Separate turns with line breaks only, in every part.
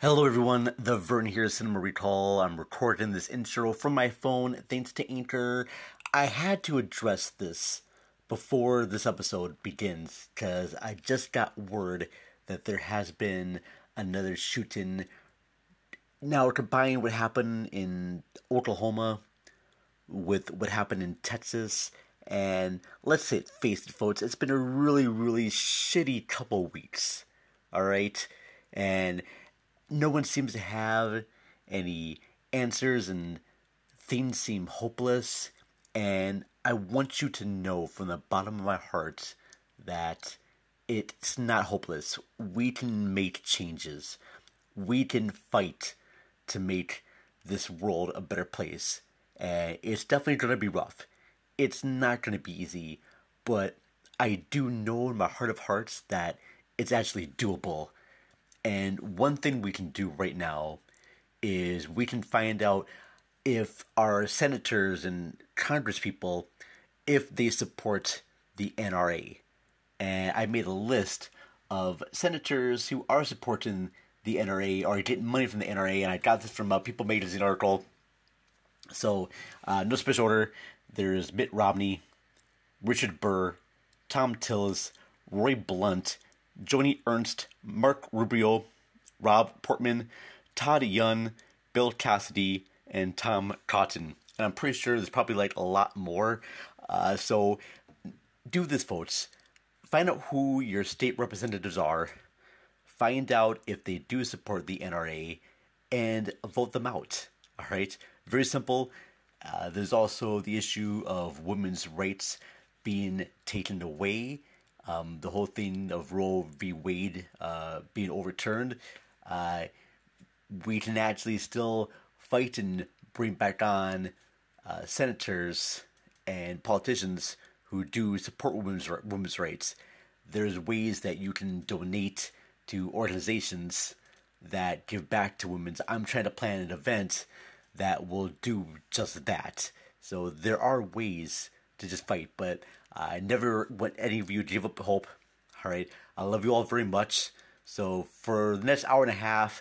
Hello, everyone. The Vern here, Cinema Recall. I'm recording this intro from my phone thanks to Anchor. I had to address this before this episode begins because I just got word that there has been another shooting. Now, combining what happened in Oklahoma with what happened in Texas, and let's say it, face it, folks, it's been a really, really shitty couple weeks. All right? And no one seems to have any answers and things seem hopeless and i want you to know from the bottom of my heart that it's not hopeless we can make changes we can fight to make this world a better place and it's definitely going to be rough it's not going to be easy but i do know in my heart of hearts that it's actually doable and one thing we can do right now is we can find out if our senators and congresspeople if they support the NRA. And I made a list of senators who are supporting the NRA or getting money from the NRA, and I got this from a People Magazine article. So, uh, no special order. There's Mitt Romney, Richard Burr, Tom Tillis, Roy Blunt, Joni Ernst, Mark Rubio, Rob Portman, Todd Young, Bill Cassidy, and Tom Cotton. And I'm pretty sure there's probably like a lot more. Uh, so do this, folks. Find out who your state representatives are. Find out if they do support the NRA and vote them out. All right? Very simple. Uh, there's also the issue of women's rights being taken away, um, the whole thing of Roe v. Wade uh, being overturned. Uh, we can actually still fight and bring back on uh, senators and politicians who do support women's ri- women's rights. There's ways that you can donate to organizations that give back to women's. I'm trying to plan an event that will do just that. So there are ways to just fight, but I never want any of you to give up hope. All right. I love you all very much. So for the next hour and a half,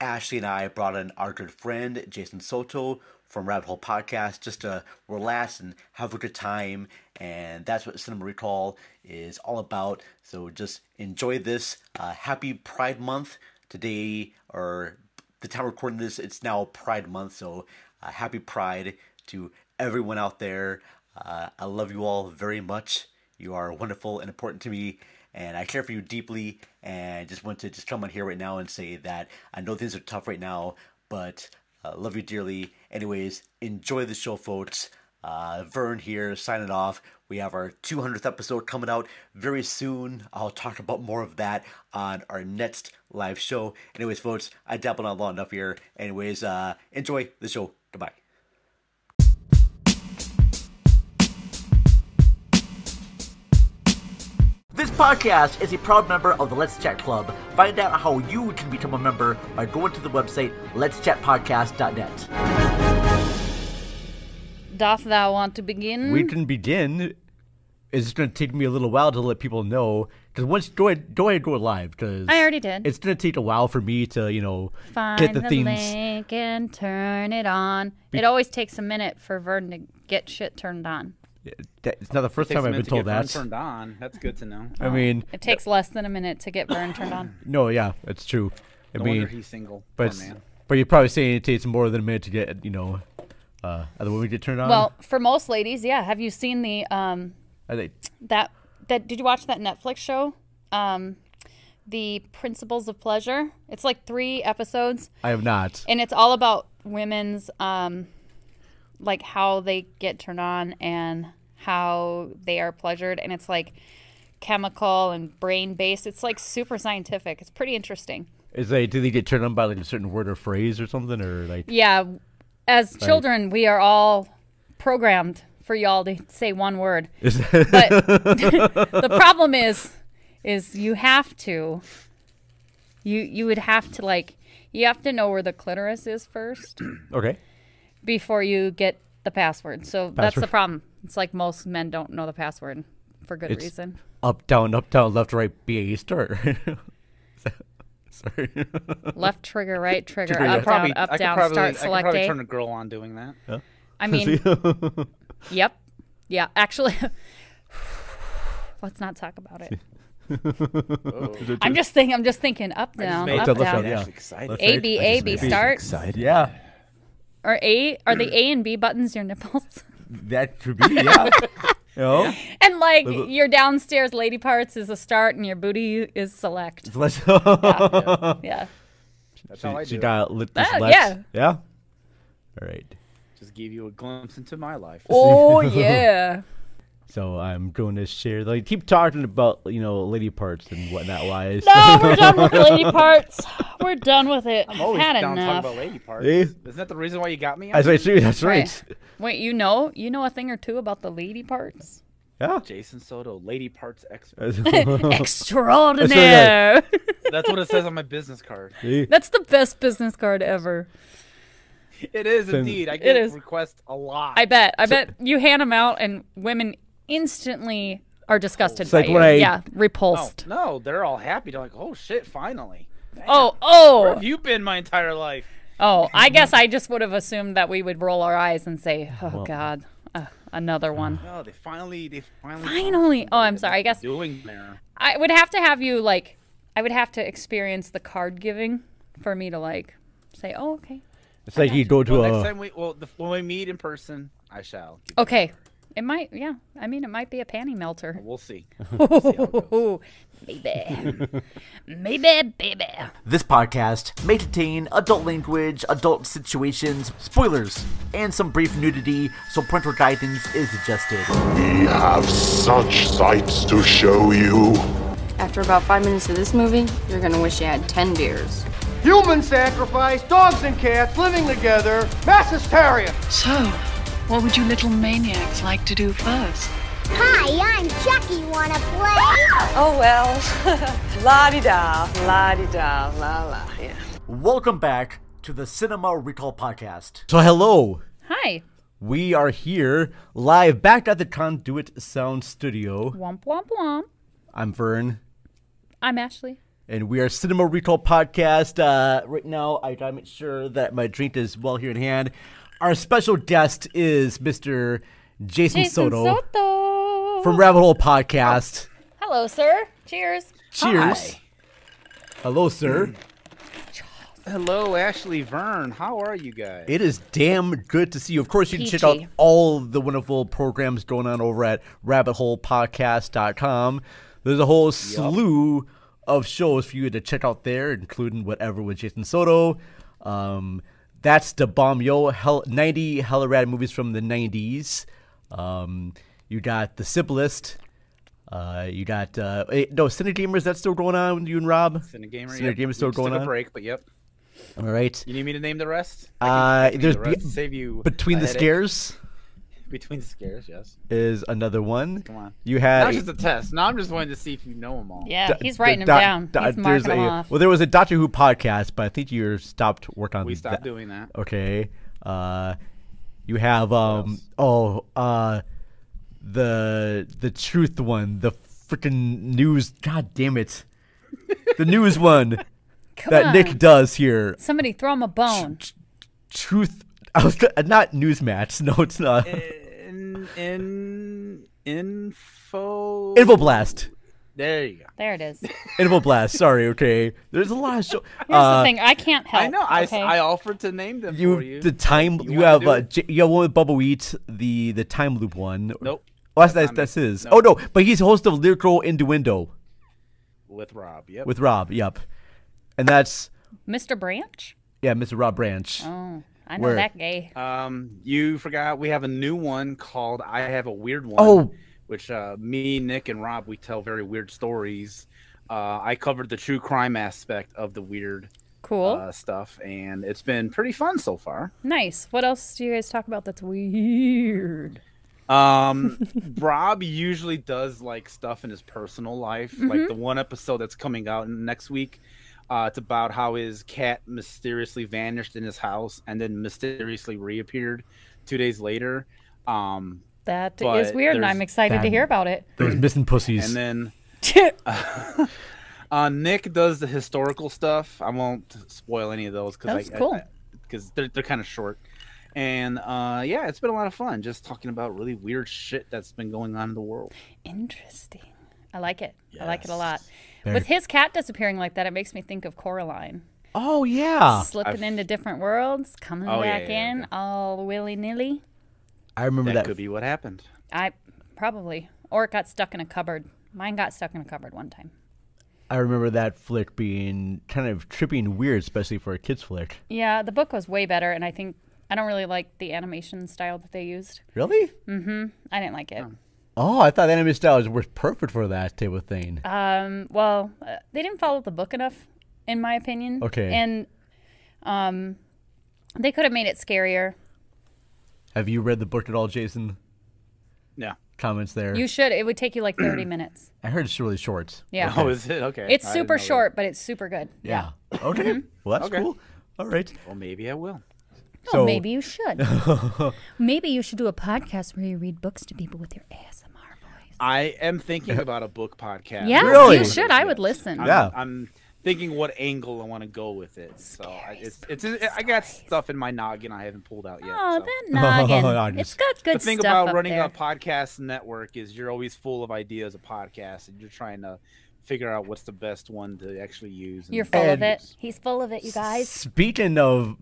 Ashley and I brought in our good friend Jason Soto from Rabbit Hole Podcast just to relax and have a good time. And that's what Cinema Recall is all about. So just enjoy this. Uh, happy Pride Month today, or the time we're recording this, it's now Pride Month. So uh, happy Pride to everyone out there. Uh, I love you all very much. You are wonderful and important to me, and I care for you deeply. And just want to just come on here right now and say that I know things are tough right now, but uh, love you dearly. Anyways, enjoy the show, folks. Uh, Vern here, signing off. We have our 200th episode coming out very soon. I'll talk about more of that on our next live show. Anyways, folks, I dabbled on long enough here. Anyways, uh, enjoy the show. Goodbye. This podcast is a proud member of the Let's Chat Club. Find out how you can become a member by going to the website letschatpodcast.net.
Doth thou want to begin?
we can begin. It's just going to take me a little while to let people know because once go ahead, go ahead, go live because
I already did.
It's going to take a while for me to you know
Find
get the, themes.
link and turn it on. it always takes a minute for Vern to get shit turned on.
That- It's not the first
Takes
time
a
I've been
minute to
told
get
that.
Vern turned on. That's good to know.
I mean,
It takes less than a minute to get Vern turned on.
no, yeah, it's true. I
No wonder
mean,
he's single.
but
Poor
it's-
man.
but you're probably saying it takes more than a minute to get you know uh, other women get turned on.
Well, for most ladies, yeah. Have you seen the um
I think
that that did you watch that Netflix show? Um The Principles of Pleasure? It's like 3 episodes
I have not.
and it's all about women's um like how they get turned on and how they are pleasured and it's like chemical and brain based it's like super scientific it's pretty interesting
Is they do they get turned on by like a certain word or phrase or something or like
yeah as children we are all programmed for y'all to say one word
is,
but the problem is is you have to you you would have to like you have to know where the clitoris is first
okay?
before you get the password. So that's the
Password.
problem. It's like most men don't know the password for good
It's-
reason.
Up down up down left right B A start.
Sorry.
Left trigger, right trigger,
Trigger, yeah.
up,
Probably,
down,
I
up,
could
down,
probably,
start,
I could
select
probably
A.
turn a girl on doing that.
I mean,
See?
yep. Yeah, actually, let's not talk about it. I'm just thinking, I'm just thinking up, down,
made
up, down.
that look up, yeah.
Actually excited.
A, B, A, B, start.
Side, yeah.
Or A, are the A and B buttons your nipples?
That could be, yeah. no,
and like your downstairs lady parts is a start and your booty is select.
let's.
Oh.
Yeah.
That's
she,
how I
she
do. it.
got lit this
Ah,
Lex.
yeah.
Yeah. All right.
Just give you a glimpse into my life.
Oh, yeah.
So I'm going to share. Like, keep talking about you know lady parts and whatnot. Why?
No, we're done with lady parts. We're done with it.
I'm always
Had
down
enough.
talking about lady parts.
Eh?
Isn't that the reason why you got me?
That's right. Sue, That's right.
Right. Wait, you know, you know a thing or two about the lady parts?
Yeah.
Jason Soto, lady parts expert.
That's-
Extraordinaire.
That's what it says on my business card.
See?
That's the best business card ever.
It is
Send-
indeed. I get
is.
requests a lot.
I bet. I bet you hand them out and women instantly are disgusted
It's like
by
when
you.
I-
yeah,
Oh,
repulsed.
no, they're all happy. They're like, oh shit, finally.
Oh,
Where
oh,
have you been my entire life?
oh! I guess I just would have assumed that we would roll our eyes and say, "Oh God, uh, another one."
No, Oh, they finally, they finally.
Finally. Oh, I'm sorry. I guess
Doing there.
I would have to have you like I would have to experience the card giving for me to like say, "Oh, okay."
It's like you go to
Next
a.
time we, well, the, when we meet in person, I shall. give-
Okay. It might yeah. I mean, it might be a panty melter.
We'll see.
Ooh, maybe. maybe, baby.
This podcast may contain adult language, adult situations, spoilers, and some brief nudity, so parental guidance is suggested.
We have such sights to show you.
After about five minutes of this movie, you're gonna wish you had 10 beers.
Human sacrifice, dogs and cats living together, mass hysteria.
So, what would you little maniacs like to do first?
Hi, I'm Chucky. Wanna play?
Oh well. la di da, la di da, la la, yeah.
Welcome back to the Cinema Recall Podcast.
So hello.
Hi.
We are here live back at the Conduit Sound Studio.
Womp womp womp.
I'm Vern,
I'm Ashley.
and we are Cinema Recall Podcast. Uh, right now, I gotta make sure that my drink is well here in hand. Our special guest is Mr. Jason,
Jason
Soto,
Soto.
from Rabbit Hole Podcast.
Hello, sir. Cheers.
Cheers.
Hi.
Hello, sir.
Hello, Ashley Vern. How are you guys?
It is damn good to see you. Of course, you can check out
Peachy.
all the wonderful programs going on over at rabbitholepodcast.com. There's a whole slew of shows for you to check out there, including whatever with Jason Soto. Um, that's the bomb yo hell, 90 hella rad movies from the 90s. Um, you got The Simplest. Uh, you got uh, eh, no Cine Gamers. That's still going on. with You and Rob.
Cine Gamer.
Cine
yep.
Gamer
We
still
just
going
took
on.
a break, but yep.
All right.
You need me to name the rest?
Uh, there's
the rest
Be-
save you
between
a
the
headache.
scares.
Between the scares, yes.
is another one. Come
on.
You
That
had.
was just a test. Now I'm just wanting to see if you know them all.
Yeah,
d-
he's
d-
writing him
doc-
down.
doc-
he's
there's
marking them
a-
off.
Well, there was a Doctor Who podcast, but I think you stopped work on.
We stopped
that.
doing that.
Okay. Uh, you have um oh uh, the the truth one, the freaking news. God damn it, the news one
Come
that
on.
Nick does here.
Somebody throw him a bone.
Truth. I was gonna- not newsmatch. No, it's not.
In, in, info.
Info blast.
There you go.
There it is. Here's
Info blast. Sorry. Okay. There's a lot of show.
the
uh,
thing. I can't help.
I know. I, s-
okay?
I offered to name them
you,
for you.
the time you,
You wanna
have
do
uh,
it?
J- you have one with Bubba Wheat, the the time loop one.
Nope.
Oh, that's that's,
not
that's
me.
his.
No.
Oh no, but he's host of Lyrical Innuendo
With Rob. Yep.
with Rob. Yep, and that's
Mr. Branch?
yeah, Mr. Rob Branch.
Oh, I know
Where?
that gay.
Um, you forgot we have a new one called "I Have a Weird One."
Oh.
which uh, me, Nick, and Rob we tell very weird stories. Uh, I covered the true crime aspect of the weird
Cool.
uh, stuff, and it's been pretty fun so far.
nice. What else do you guys talk about that's weird?
Um, Rob usually does like stuff in his personal life, like the one episode that's coming out next week. Uh, it's about how his cat mysteriously vanished in his house and then mysteriously reappeared two days later. Um,
That is
But
weird, and
there's
I'm excited to
that-
hear about it.
Those missing pussies.
and then Uh, Nick does the historical stuff. I won't spoil any of those
That
because
was cool.
because they're they're kind of short. And uh, yeah, it's been a lot of fun just talking about really weird shit that's been going on in the world.
Interesting. I like it. I like it a lot.
Very-
With his cat disappearing like that, it makes me think of Coraline.
Oh yeah,
Slipping
I've-
into different worlds, coming
Oh, yeah,
back
yeah,
in
yeah.
all willy nilly.
I remember
That,
that.
could be what happened.
I probably. Or it got stuck in a cupboard. Mine got stuck in a cupboard one time.
I remember that flick being kind of trippy and weird, especially for a kids flick.
Yeah, the book was way better, and I think I don't really like the animation style that they used.
Really?
Hmm. I didn't like it.
Oh, I thought anime style was- was perfect for that type of thing.
Um, well, uh, they didn't follow the book enough, in my opinion.
Okay.
And um, they could have made it scarier.
Have you read the book at all, Jason?
Yeah.
Comments there.
You should. It would take you like 30 minutes.
I heard it's really short.
Yeah.
Oh, is it okay?
It's
I didn't
super
know that.
short, but it's super good.
Yeah. Okay.
Mm-hmm.
Well, that's
Okay.
cool. All right.
Well, maybe I will.
Oh,
So-
maybe you should. maybe you should do a podcast where you read books to people with your ASMR voice.
I am thinking about a book podcast.
Yes,
Really?
you should. I would listen.
I'm,
Yeah.
I'm thinking what angle I want to go with it. So I, it's, it's I got stuff in my noggin I haven't pulled out yet.
Oh,
so.
that noggin.
I
It's
just-
got good
the thing
stuff
about
up
running
there.
a podcast network is you're always full of ideas of podcasts and you're trying to figure out what's the best one to actually use. and-
You're full of
And-
it. He's full of it, you guys.
Speaking of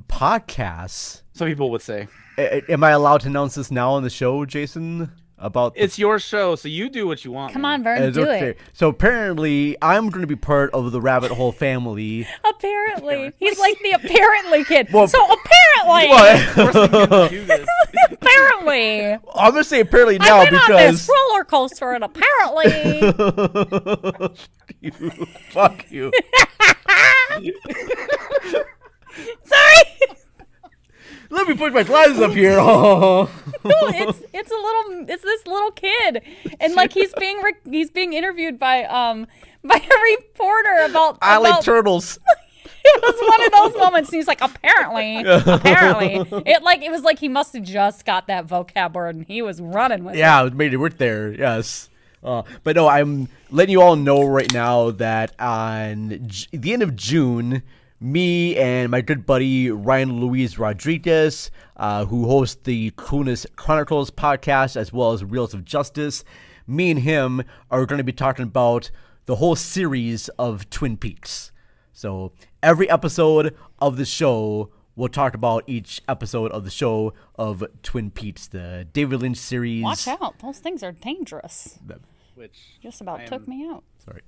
podcasts,
Some people would say
a- a- am I allowed to announce this now on the show, Jason? About the
it's your show, so you do what you want.
Come
man.
on, Vern,
It's
do
okay.
it.
So apparently, I'm going to be part of the rabbit hole family.
Apparently, he's like the apparently kid. so apparently,
Do this.
apparently,
I'm going to say apparently
I
now
went on this
because
roller coaster, and apparently,
fuck you.
sorry,
Let me put my glasses up here. Oh.
it's it's a little, it's this little kid, and like he's being re- he's being interviewed by um by a reporter about
I like
about-
turtles.
it was one of those moments. And he's like, apparently, apparently, it like it was like he must have just got that vocab word, and he was running with it.
Yeah, it made it work there. Yes. Uh, but no, I'm letting you all know right now that on J- the end of June, me and my good buddy Ryan Luis Rodriguez, uh, who hosts the Clunas Chronicles podcast as well as Reels of Justice, me and him are going to be talking about the whole series of Twin Peaks. So every episode of the show, we'll talk about each episode of the show of Twin Peaks, the David Lynch series.
Watch out, those things are dangerous.
Which
Just about took me out.
Sorry.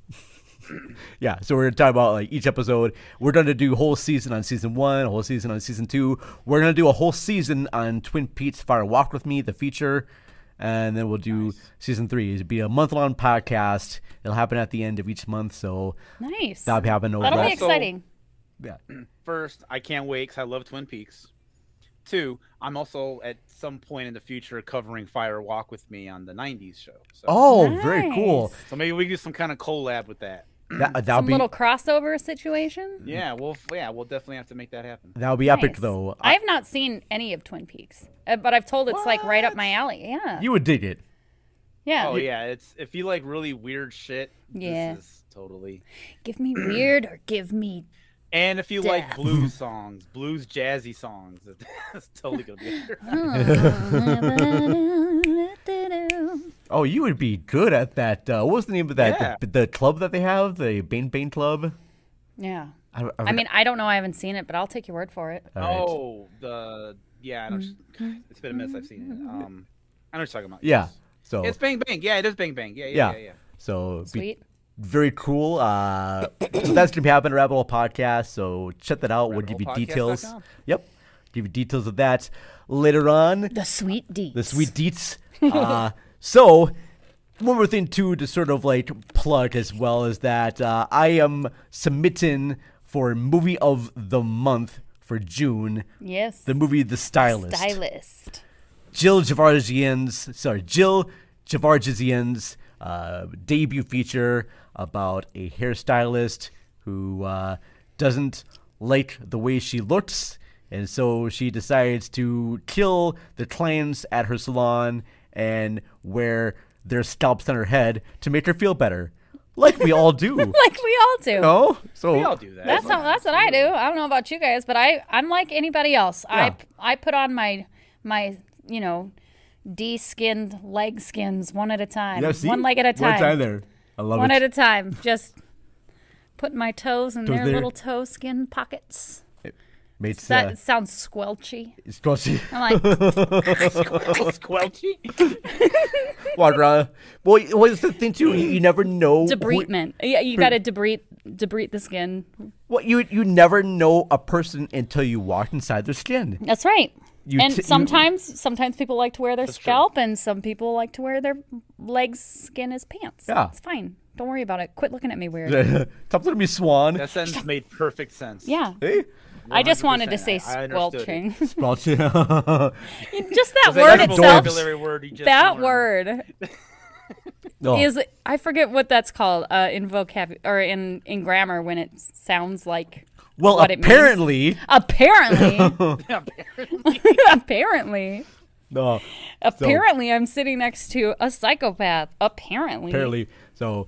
yeah, so we're gonna talk about like each episode. We're gonna do whole season on season one, whole season on season two. We're gonna do a whole season on Twin Peaks: Fire Walk with Me, the feature, and then we'll do season three. It'll be a month-long podcast. It'll happen at the end of each month, so
Nice.
that'll be happening over.
That'll be
at-
Also-
exciting.
yeah.
first, I can't wait because I love Twin Peaks. Two, I'm also at some point in the future covering Fire Walk with Me on the '90s show. So,
Oh, very cool.
so maybe we can do some kind of collab with that.
That that'll
Some
be
little crossover situation.
Yeah, we'll f- yeah, we'll definitely have to make that happen.
that'll be epic
Nice.
though.
I have not seen any of Twin Peaks, uh, but I've told it's like right up my alley. Yeah.
you would dig it.
yeah.
Oh yeah, it's if you like really weird shit,
Yeah.
this is totally.
Give me weird or give me.
And if you
Death.
like blues songs, blues jazzy songs, that's totally gonna be.
Oh, you would be good at that. Uh, what was the name of that?
Yeah.
The, the club that they have, the Bane Bane Club.
Yeah.
I, I
I mean, I don't know. I haven't seen it, but I'll take your word for it.
All right.
Oh, the yeah, I know. It's been a minute since I've seen it. Um, I know what you're talking about.
Yeah.
yes.
So
It's Bang Bang. Yeah, it is Bang Bang. Yeah,
yeah.
yeah, yeah, yeah.
So it'd be
Sweet.
very cool. Uh, so that's gonna be happening at Rabbit Hole Podcast. So check that out. We'll give you details.
rabbithole podcast.com.
Yep. Give you details of that later on.
The sweet D.
the sweet deets. uh, so, one more thing too to sort of like plug as well is that uh, I am submitting for movie of the month for June.
Yes.
The movie The Stylist.
stylist.
Jill Javargian's, sorry, Jill Javargian's uh, debut feature about a hairstylist who uh, doesn't like the way she looks, and so she decides to kill the clients at her salon and wear their scalps on her head to make her feel better. like we all do.
like we all do.
no, so
We all do that.
That's how, that's what I do. I don't know about you guys, but I I'm like anybody else.
Yeah.
I I put on my my you know de-skinned leg skins one at a time,
Yeah, see?
one leg at a time,
One time there. I love
One
it.
at a time. Just putting my toes in
Toes
their
there.
little toe skin pockets.
Mates,
That
uh,
sounds squelchy.
it's close.
I'm like,
Squelchy.
Quadra. Well, it was the thing too. You, you never know. who-
debridement. Yeah, you got to debride debride the skin.
Well, you you never know a person until you walk inside their skin.
That's right.
You
and
t- you-
sometimes sometimes people like to wear their scalp and some people like to wear their legs skin as pants.
Yeah.
It's fine. Don't worry about it. Quit looking at me weird.
Stop looking at me, Swan.
That sentence made perfect sense.
yeah.
Hey,
I just wanted to
100%.
say
I understood it.
squelching.
Sprout. oh,
just that
That
word
adorable
itself.
vocabulary
word you just
That
learned.
word
Oh.
is I forget what that's called uh, in vocab or in in grammar when it sounds like
well,
what it means.
apparently,
apparently apparently
no,
apparently I'm sitting next to a psychopath. Apparently.
apparently. So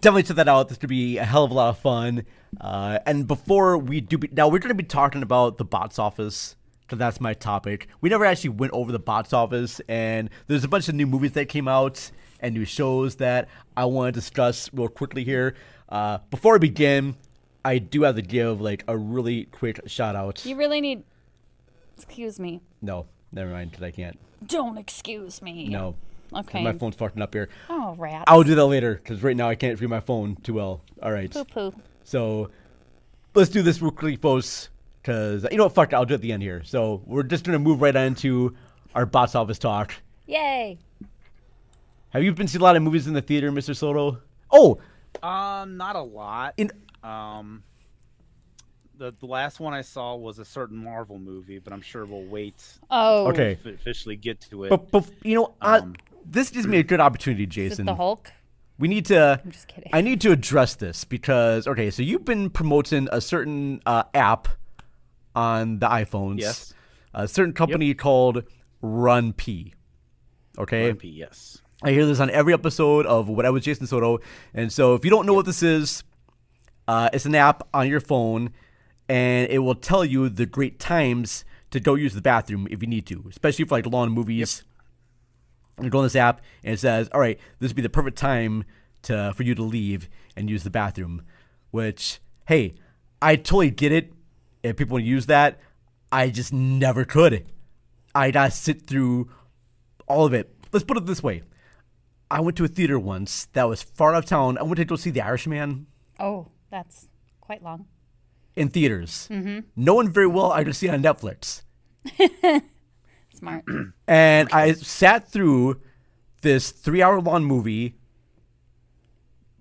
definitely check that out. This could be a hell of a lot of fun. Uh, and before we do, be, now we're going to be talking about the box office. Cause that's my topic. We never actually went over the box office, and there's a bunch of new movies that came out and new shows that I want to discuss real quickly here. Uh, before I begin, I do have to give like a really quick shout out.
You really need. Excuse me.
No, never mind, because I can't.
Don't excuse me.
No. 'Cause
Okay.
My phone's fucking up here.
Oh, rats.
I'll do that later, because right now I can't read my phone too well. All right.
Poo poo.
So let's do this real quickly, folks, because you know what? Fuck it, I'll do it at the end here. So we're just going to move right on to our box office talk.
Yay.
Have you been seeing a lot of movies in the theater, Mr. Soto? Oh,
Um, not a lot.
in,
Um, the, the last one I saw was a certain Marvel movie, but I'm sure we'll wait
Oh. um,
okay.
to officially get to it.
But, but you know, uh, this gives me a good opportunity,
Is
Jason.
it the Hulk?
We need to. I'm
just kidding.
I need to address this because okay, so you've been promoting a certain uh, app on the iPhones.
Yes.
A certain company called Run P. Okay.
MP, yes.
I hear this on every episode of Whatever with Jason Soto. And so if you don't know what this is, uh, it's an app on your phone and it will tell you the great times to go use the bathroom if you need to, especially for like long movies. You go on this app and it says, all right, this would be the perfect time to for you to leave and use the bathroom. Which, hey, I totally get it if people use that. I just never could. I gotta sit through all of it. Let's put it this way. I went to a theater once that was far out of town. I went to go see The Irishman
Oh, that's quite long.
in theaters. Mm-hmm. Knowing very well I could see it on Netflix.
Smart.
And I sat through this three hour long movie,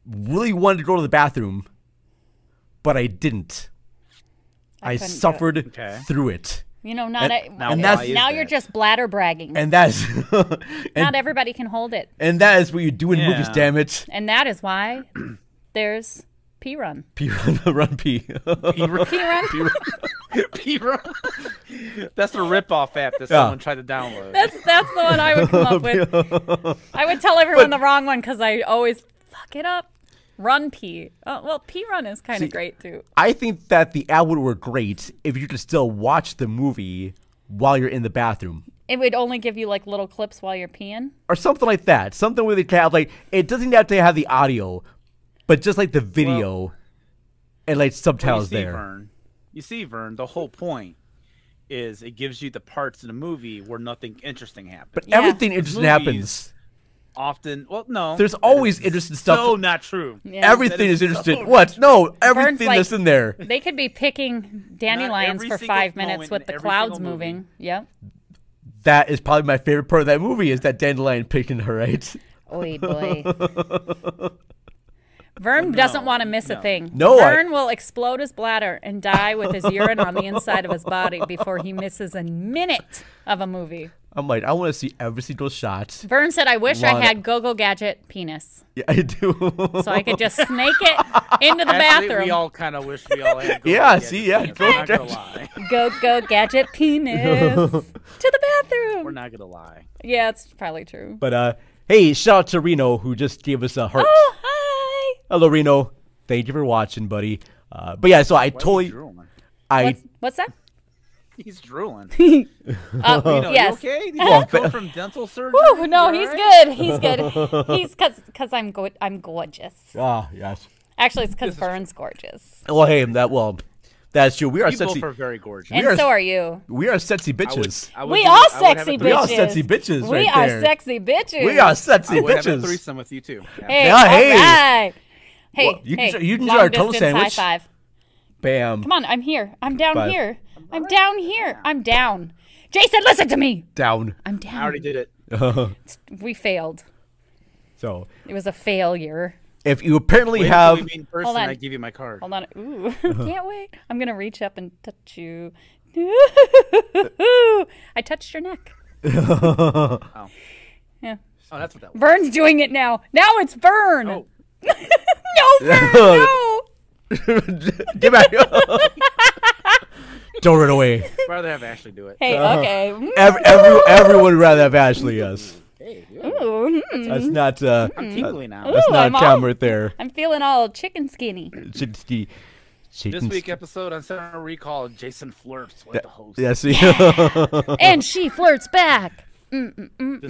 really wanted to go to the bathroom, but I didn't. I,
couldn't do it.
suffered
Okay.
through it.
You know, not
And-
a,
now And why that's- is
now you're
that?
just bladder bragging.
And that's
not
and,
everybody can hold it,
and that is what you do in movies,
Yeah.
damn it.
and that is why there's P run.
P run, run P.
P run.
That's a ripoff app that someone tried to download.
that's that's the one I would come up with. I would tell everyone the wrong one because I always fuck it up. Run P. Oh, well, P run is kind
See,
of great too.
I think that the ad would work great if you could still watch the movie while you're in the bathroom
It would only give you like little clips while you're peeing.
or something like that. Something where they can have like it doesn't have to have the audio, but just like the video and like
Well, you
subtitles
see,
there.
Vern, you see, Vern, the whole point is it gives you the parts of the movie where nothing interesting happens.
But
Yeah.
everything interesting
Movies.
happens.
often, well, no.
There's
that is
always interesting stuff.
So not true.
Yeah.
everything
is
is,
so
interesting.
not
what? No, everything
like-
that's in there.
They could be picking dandelions
every
for
single
five
moment
minutes with
in
the
every
clouds
single movie.
moving. Yep.
That is probably my favorite part of that movie is that dandelion picking her right.
Oy boy. Vern doesn't want to miss a thing.
No, I-
Vern will explode his bladder and die with his urine on the inside of his body before he misses a minute of a movie.
I'm like, I want to see every single shot.
Vern said, I wish I
Wanna-
had Go Go Gadget penis
Yeah, I do.
so I could just snake it into the
Actually,
bathroom.
we all kind of wish we all had. Google
Yeah,
Gadget
see, yeah,
penis. We're not
Google
gonna lie.
Go Go Gadget penis to the bathroom.
We're not gonna lie.
Yeah, it's probably true.
But uh, hey, shout out to Reno who just gave us a heart.
Oh, hi.
hello Reno. Thank you for watching, buddy. Uh, but yeah, so I totally,
drooling.
I
What's, what's that?
He's drooling.
Uh,
Oh, Reno, you
yes.
okay? Did you just come from dental surgery?
Woo, no,
You
he's
all right?
good. He's good. He's cause cause I'm go- I'm gorgeous.
ah yes.
Actually, it's cause Vern's gorgeous,
Well, hey, that well, that's true. We are
You
sexy.
both are very gorgeous.
and
are-
so are you.
we are sexy
I would-
bitches.
I would
We
do-
are
I would have
sexy bitches.
a
We
threesome.
are sexy bitches
We
right
are
there.
sexy bitches.
we are sexy
I would have a
bitches.
threesome with you too. Yeah.
Hey,
Yeah,
all
hey.
right. Hey,
Well, you can
hey,
try- you can
long
try our toast
distance
sandwich.
High five.
Bam.
Come on, I'm here. I'm down
Five.
here. I'm down here. I'm down. Jason, listen to me.
Down.
I'm
I
down.
already did it.
We failed.
So
It was a failure.
if you apparently
Wait until
have
we meet in person.
on.
I give you my card.
Hold on. Ooh,
Uh-huh.
can't wait. I'm gonna reach up and touch you. I touched your neck.
Oh, that's what that was.
Vern's doing it now. Now it's Vern.
Oh.
no, Vern, no.
get back. Don't run away.
I'd rather have Ashley do it.
Hey, okay. Mm,
Uh-huh. Every, every, everyone would rather have Ashley. Yes,
Ooh, mm.
that's not uh,
I'm tingly now.
that's
Mm-hmm. Ooh,
not
I'm
a
all-
camera there.
I'm feeling all chicken skinny.
Chickensky.
This week episode on Center Recall, Jason flirts with the host.
Yes. Yeah.
and she flirts back.
This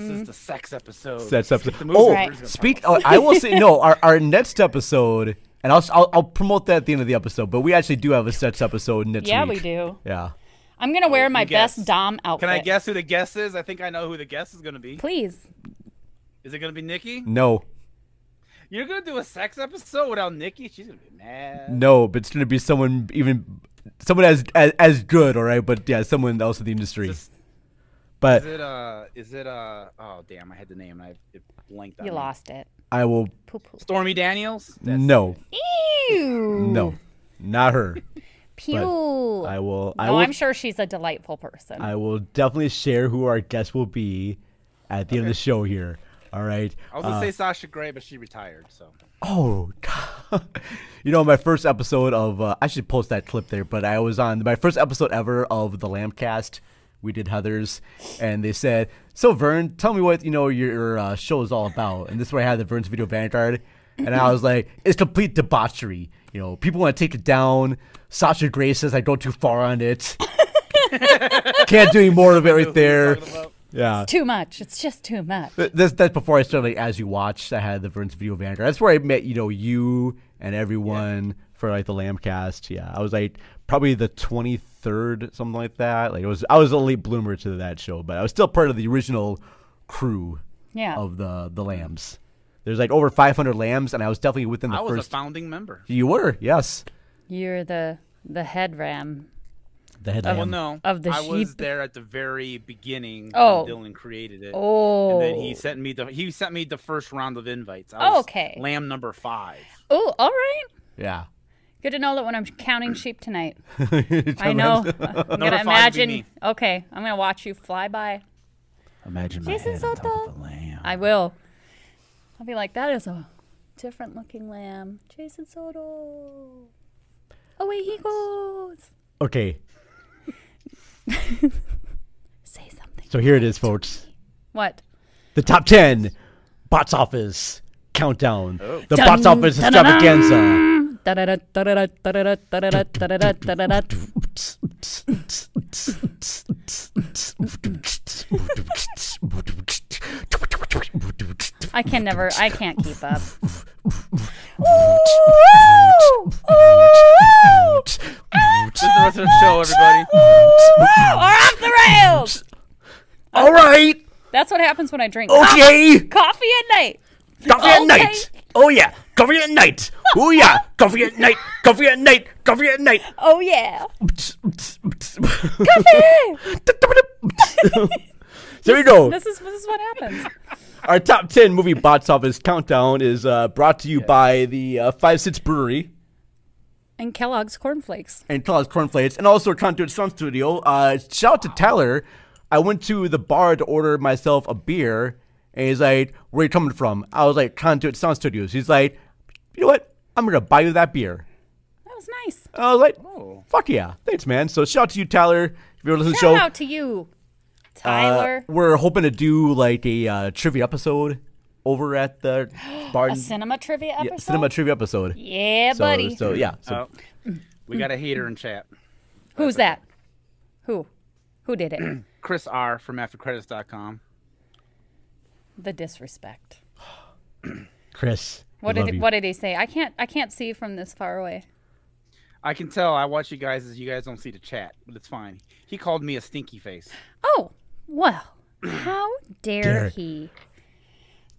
is the sex episode.
That's up.
The movie
Oh,
we're just gonna
speak. Oh, I will say no. Our our next episode, and I'll, s- I'll I'll promote that at the end of the episode. But we actually do have a sets episode next
Yeah, we
week.
do.
Yeah.
I'm gonna wear my
Oh, you guess.
best Dom outfit.
Can I guess who the guest is? I think I know who the guest is going to be.
Please.
Is it going to be Nikki?
No.
You're going to do a sex episode without Nikki? She's going to be mad.
No, but it's gonna be someone even someone as as, as good. All right, but yeah, someone else in the industry.
Is,
but
is it uh is it uh oh damn, I had the name and I it blanked on
You
me.
lost it.
I will.
Poo poo.
Stormy Daniels? That's-
No.
Ew.
No. Not her.
Pew.
I will. I
Oh,
will.
I'm sure she's a delightful person.
I will definitely share who our guest will be at the end of the show here. All right.
I was going to say Sasha Grey, but she retired, so.
Oh, God. you know, my first episode of uh, I should post that clip there, but I was on my first episode ever of the Lambcast. We did Heather's, and they said, "So Vern, tell me what you know your, your, uh, show is all about." And this is where I had the Vern's Video Vanguard, and I was like, "It's complete debauchery." You know, people want to take it down. Sasha Grey says I go too far on it. Can't do any more of it right there. Yeah.
Too much. It's just too much.
Th- That's that's before I started. Like, as you watched, I had the Vern's Video Vanguard. That's where I met you know you and everyone for like the Lambcast. Yeah, I was like probably the twenty third, something like that. Like it was I was a late bloomer to that show, but I was still part of the original crew
Yeah.
of the the Lambs. There's like over five hundred Lambs, and I was definitely within the
I was
first.
a founding member.
you were yes,
You're the the head ram.
the head
Well,
lamb.
no.
Of the
I was
sheep.
there at the very beginning.
Oh.
When Dylan created it.
Oh.
And then he sent me the he sent me the first round of invites. I was
Okay.
Lamb number five.
Oh, all right.
Yeah.
Good to know that when I'm counting sheep tonight. I know. I'm gonna
Number five would be
imagine.
me.
Okay, I'm gonna watch you fly by.
Imagine my
Jason
head on top
Soto.
of a lamb.
I will. I'll be like, that is a different looking lamb. Jason Soto. Away he goes.
Okay,
Say something.
so here it is, folks.
What?
The top ten box office countdown. The box office
Oh. dun, dun, dun.
extravaganza.
Da-da-da, da-da-da, da-da-da, da-da-da, da-da-da, da-da-da. I can never. I can't keep up. Ooh, ooh,
This is the rest of the show, everybody.
We're off the rails.
All right.
That's what happens when I drink
Okay.
coffee at night.
Coffee at
Ah. Okay.
night. Oh yeah. Coffee at night. Oh yeah. Coffee at night. Coffee at night. Coffee at night.
Oh yeah.
There we go.
This is this is what happens.
Our top 10 movie box office countdown is uh, brought to you by the uh, Five Sits Brewery
And Kellogg's cornflakes.
and Claus Cornflakes and also Conduit Sound Studio. Uh, shout out to Tyler. I went to the bar to order myself a beer and he's like, Where you coming from? I was like, Conduit Sound Studios. He's like, You know what? I'm going to buy you that beer.
That was nice.
I was like, Fuck yeah. Thanks, man. So shout out to you, Tyler. If you're listening to
Shout
the show, Uh,
out to you, Tyler.
we're hoping to do like a uh, trivia episode over at the Barton
Cinema trivia
yeah,
episode.
cinema trivia episode.
Yeah,
so,
buddy.
So yeah, so
Oh, we got a hater in chat.
Who's that? Who? Who did it?
Chris R from AfterCredits.com.
the disrespect.
Chris.
What
we love
did
you.
what did he say? I can't I can't see from this far away.
I can tell I watch you guys as you guys don't see the chat, but it's fine. He called me a stinky face.
Oh well, how dare he?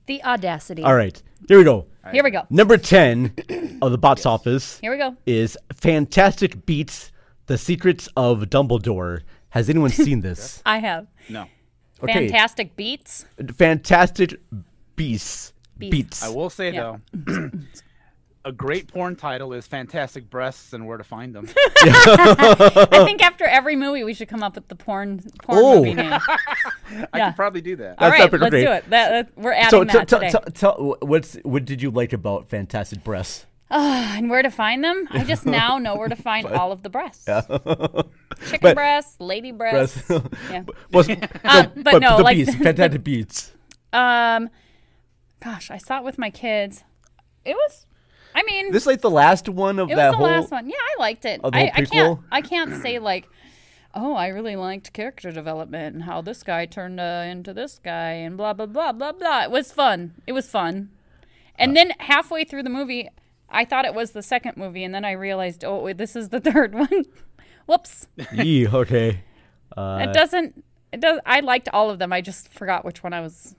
The audacity.
all right, here we go.
Here we go.
Number ten of the box office
Here we go.
is Fantastic Beats: The Secrets of Dumbledore. Has anyone seen this?
I have
No.
Okay.
fantastic beats.
Fantastic Beasts.
Beasts.
Beats.
I will say
Yeah.
though, a great porn title is "Fantastic Breasts and Where to Find Them."
I think after every movie we should come up with the porn porn
Uh, Oh.
movie name.
I
Yeah.
could probably do that.
All
That's
right,
epic,
let's
okay.
do it. That, that- we're adding
So tell
that
tell
today.
tell- tell- what's what did you like about Fantastic Breasts?
and where to find them? I just now know where to find all of the breasts. Chicken
But-
breasts, lady breasts.
Breasts.
yeah.
Was-
Uh, but, no,
the
like
beats, Fantastic Beats.
um, gosh, I saw it with my kids. It was, I mean,
This is like the last one of
it
that
was the
whole.
last one. Yeah, I liked it.
Oh, the
I,
whole
I can't,
prequel?
I can't say like, oh, I really liked character development and how this guy turned uh, into this guy and blah blah blah blah blah. It was fun. It was fun.
Uh.
And then halfway through the movie, I thought it was the second movie, and then I realized, oh, wait, this is the third one. Whoops.
Yee, okay.
it doesn't it does i liked all of them i just forgot which one i was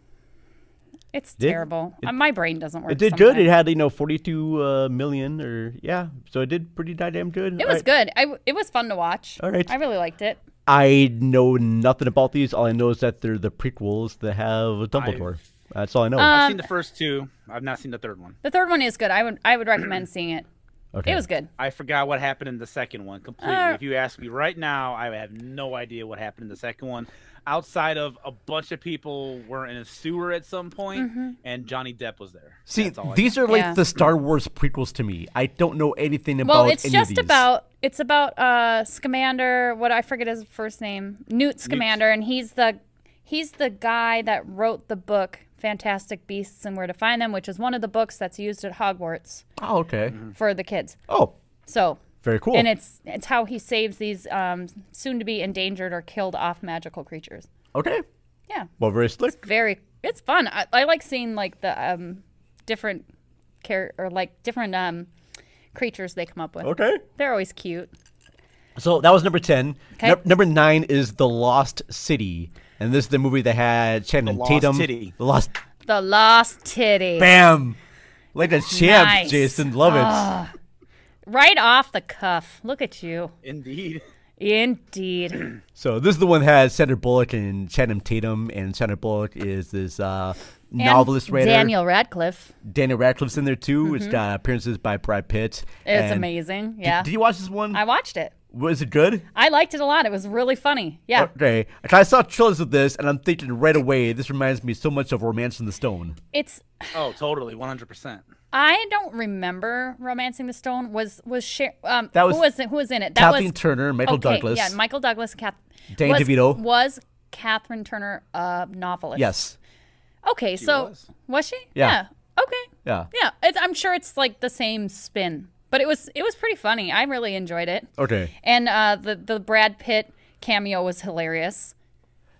it's
did-
terrible Uh, my brain doesn't work
It did good. It
sometimes.
had you know 42 uh, million or yeah, so it did pretty goddamn good.
it was good I, w- it was fun to watch
All right.
i really liked it
I know nothing about these. All I know is that they're the prequels that have Dumbledore. That's all I know.
Um,
I've seen the first two. I've not seen the third one.
the third one is good i would i would recommend seeing it
okay.
it was good
I forgot what happened in the second one completely.
Uh,
if you ask me right now, I have no idea what happened in the second one, outside of a bunch of people were in a sewer at some point,
Mm-hmm.
and Johnny Depp was there.
See,
That's all I
these are like
Yeah.
the Star Wars prequels to me. I don't know anything about
well it's
any of
just
these.
about it's about uh scamander what i forget his first name newt scamander and he's the he's the guy that wrote the book fantastic beasts and where to find them which is one of the books that's used at hogwarts
Oh, okay.
for the kids
Oh,
so
very cool.
and it's it's how he saves these um, soon to be endangered or killed off magical creatures.
okay.
Yeah,
Well, very slick.
very it's fun. I, I like seeing like the um, different care or like different um, creatures they come up with.
Okay.
They're always cute.
So that was number ten.
Okay.
Num- number nine is The Lost City, and this is the movie that had Channing
Lost
Tatum.
City.
The Lost.
The Lost Titty.
Bam. Like a champ,
Nice. Ah.
Jason. Love it.
Right off the cuff. Look at you.
Indeed.
Indeed.
So this is the one that has Sandra Bullock and Channing Tatum, and Sandra Bullock is this uh,
And
novelist writer.
Daniel Radcliffe
Daniel Radcliffe's in there too. It's got appearances by Brad Pitt.
is
And
amazing.
Did,
Yeah.
did you watch this one?
I watched it.
Was it good?
I liked it a lot. It was really funny. Yeah.
Okay. 'Cause I saw trailers of this, and I'm thinking right away, this reminds me so much of Romance in the Stone.
It's
Oh, totally, one hundred percent.
I don't remember *Romancing the Stone*. Was was Cher- um
That was
who was it- who was in it? That
Kathleen
was
Turner, Michael
okay,
Douglas.
Yeah, Michael Douglas. Kath-
Danny
was,
DeVito.
was Catherine Turner a novelist?
yes.
Okay, so was,
was.
she?
Yeah.
Okay.
Yeah.
Yeah. It's, I'm sure it's like the same spin, but it was it was pretty funny. I really enjoyed it.
Okay.
And uh, the the Brad Pitt cameo was hilarious.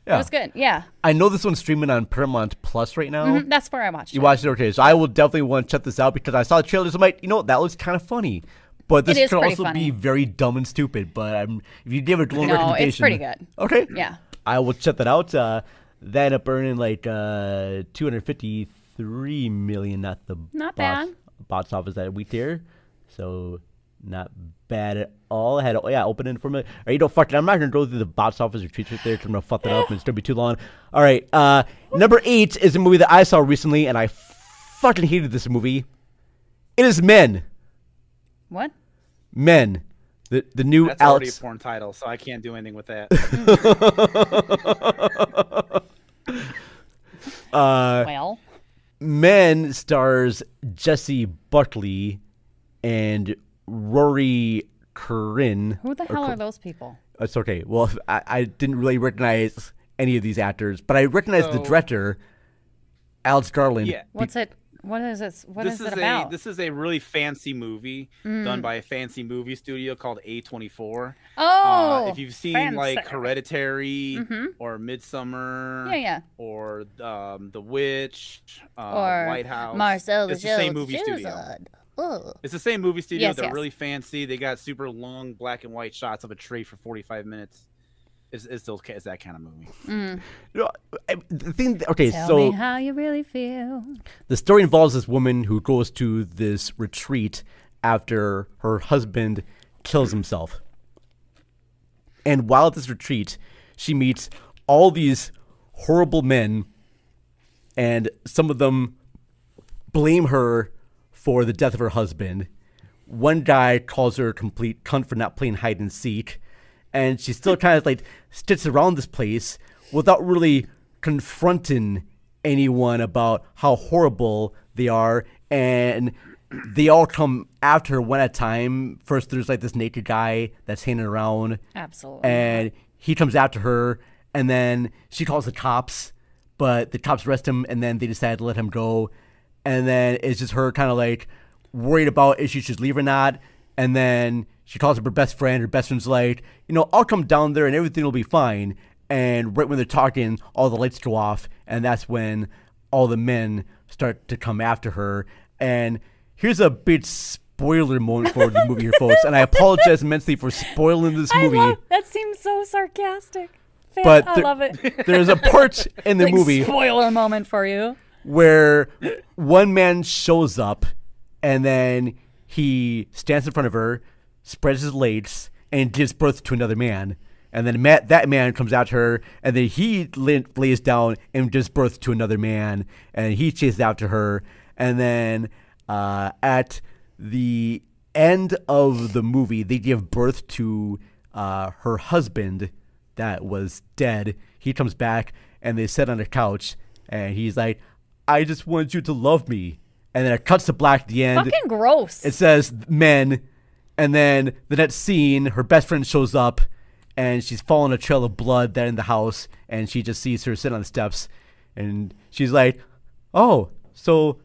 Yeah.
It was good. Yeah,
I know this one's streaming on Paramount Plus right now.
Mhm, that's where I watched.
You
it.
watched it, okay? So I will definitely want to check this out because I saw the trailers. I'm like, you know, that looks kind of funny, but this
is
could
pretty
also be
funny.
very dumb and stupid. But I'm, if you give it a little
No, it's
recommendation,
pretty good.
Okay,
Yeah.
I will check that out. Uh, that ended up earning like uh, 253 million at the
Not
box,
bad.
box office that week there, so not bad at all. I had oh yeah, opening for me. Or you know, fuck it. I'm not gonna go through the box office retreats right there. 'cause I'm gonna fuck that up and it's gonna be too long. All right, uh, number eight is a movie that I saw recently and I fucking hated this movie. It is Men,
What?
Men, the the new
That's already a
Alex.
porn title, so I can't do anything with that.
well,
uh, Men stars Jesse Buckley and Rory Corinne.
who the hell are those people?
It's okay. Well, I, I didn't really recognize any of these actors, but I recognized the
So-
director, Alex Garland.
Yeah.
What's it? What is it? What is
this is,
it
a
about? Mm.
this is a really fancy movie done by a fancy movie studio called A24.
oh,
uh, if you've seen
fancy.
like Hereditary or Midsummer,
Yeah, yeah.
or um, The Witch, uh,
or
Lighthouse,
Marcel
it's the same
Duchamp's
movie studio.
Jews. Oh.
It's the same movie studio.
Yes,
They're
yes.
really fancy. They got super long black and white shots of a tree for 45 minutes. It's, it's, those, it's that kind of movie.
No, I- The thing, okay,
Tell
so
me how you really feel.
the story involves this woman who goes to this retreat after her husband kills himself. And while at this retreat, she meets all these horrible men, and some of them blame her for the death of her husband. One guy calls her a complete cunt for not playing hide and seek, and she still kind of like sits around this place without really confronting anyone about how horrible they are. And they all come after her one at a time. First, there's like this naked guy that's hanging around
Absolutely.
and he comes after her and then she calls the cops but the cops arrest him and then they decide to let him go and then it's just her kind of like worried about if she should leave or not and then she calls up her best friend her best friend's like you know i'll come down there and everything will be fine and right when they're talking all the lights go off and that's when all the men start to come after her and here's a big spoiler moment for the movie here folks and i apologize immensely for spoiling this movie
I love, that seems so sarcastic. Fan,
But
I
there-
love it.
there's a part in the
Big
movie
spoiler moment for you.
where one man shows up and then he stands in front of her, spreads his legs, and gives birth to another man. And then ma- that man comes after her, and then he lay- lays down and gives birth to another man, and he chases after her. And then uh, at the end of the movie, they give birth to uh, her husband that was dead. He comes back, and they sit on a couch, and he's like, I just want you to love me. And then it cuts to black at the end.
Fucking gross.
It says men, and then the next scene, her best friend shows up, and she's following a trail of blood there in the house, and she just sees her sit on the steps, and she's like, "Oh, so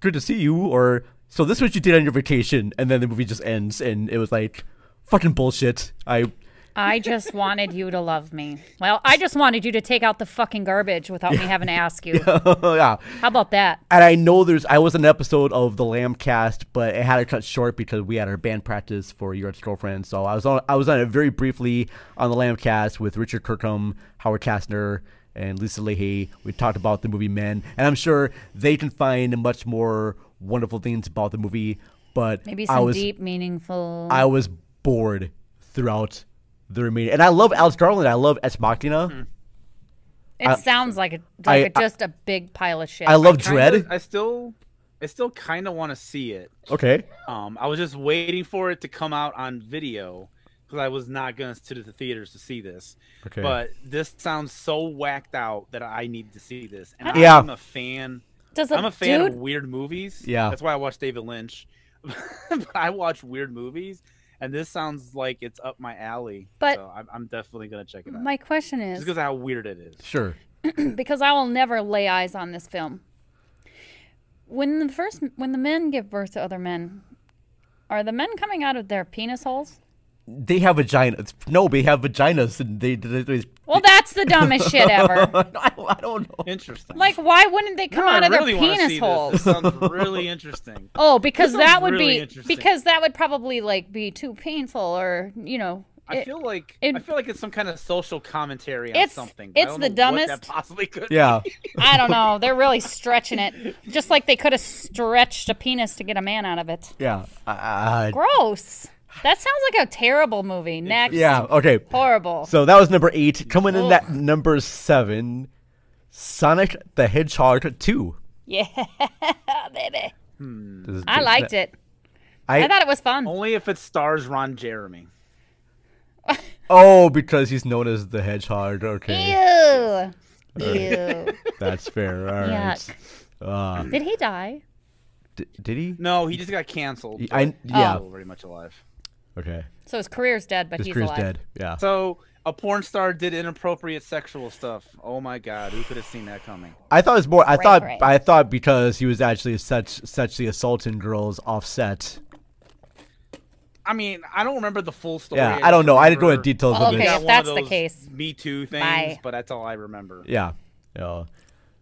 good to see you," or "So this is what you did on your vacation," and then the movie just ends, and it was like, "Fucking bullshit." I
I just wanted you to love me. Well, I just wanted you to take out the fucking garbage without me having to ask you.
yeah.
How about that?
And I know there's I was on an episode of the Lamb Cast, but it had to cut short because we had our band practice for Your Ex Girlfriend. So I was on I was on it very briefly on the Lamb Cast with Richard Kirkham, Howard Kastner, and Lisa Leahy. We talked about the movie Men, and I'm sure they can find much more wonderful things about the movie. But
Maybe
I
some
was
deep, meaningful.
I was bored throughout the remaining, and I love Alex Garland. I love Ex Machina.
Hmm. it sounds like, a, like a,
I-
just a big pile of shit.
I love Dread.
I still, I still kind of want to see it.
okay,
Um, I was just waiting for it to come out on video because I was not going to the theaters to see this.
Okay.
But this sounds so whacked out that I need to see this, and
Yeah.
I'm a fan.
Does a
I'm a fan
dude
of weird movies.
Yeah.
that's why I watch David Lynch. but I watch weird movies, and this sounds like it's up my alley.
But-
so I'm, I'm definitely going to check it out.
My question
just
is
because how weird it is.
sure.
because I will never lay eyes on this film. When the first when the men give birth to other men, are the men coming out of their penis holes?
They have vaginas. No, they have vaginas, and they, they, they
Well, that's the dumbest shit ever.
I, I don't know.
Interesting.
Like, why wouldn't they come
No,
out
I
of
really
their
wanna
penis
see
holes?
This. This sounds really interesting.
Oh, because
This
that
sounds
would
really
be
interesting.
because that would probably like be too painful, or you know,
I
it-
feel like
it-
I feel like it's some kind of social commentary on
It's-
something. but I
it's
don't
the
know what that
dumbest-
possibly could.
Yeah.
I don't know. They're really stretching it, just like they could have stretched a penis to get a man out of it.
Yeah. Uh,
Gross. That sounds like a terrible movie. Next,
yeah. Okay.
horrible.
So that was number eight. Coming in at number seven, Sonic the Hedgehog two.
Yeah, baby.
This is-
I liked it. I thought it was fun.
Only if it stars Ron Jeremy.
Oh, because he's known as the Hedgehog. Okay,
Ew. Ew.
that's fair. All right.
Yuck.
Uh,
Did he die?
d- did he?
No, he just got canceled.
I
but
yeah.
still very much alive.
Okay.
So his career's dead, but
His
he's
crew's
alive.
dead. Yeah.
So a porn star did inappropriate sexual stuff. Oh my god, who could have seen that coming?
I thought it was more. I thought
right.
I thought because he was actually such sexually assaulting girls offset.
I mean, I don't remember the full story.
Yeah, I don't
just
know. I didn't go into
remember
details
we
of
Oh, Okay,
it.
got
if
one of
that's the
those
case,
Me Too things,
bye.
but that's all I remember.
Yeah, yeah.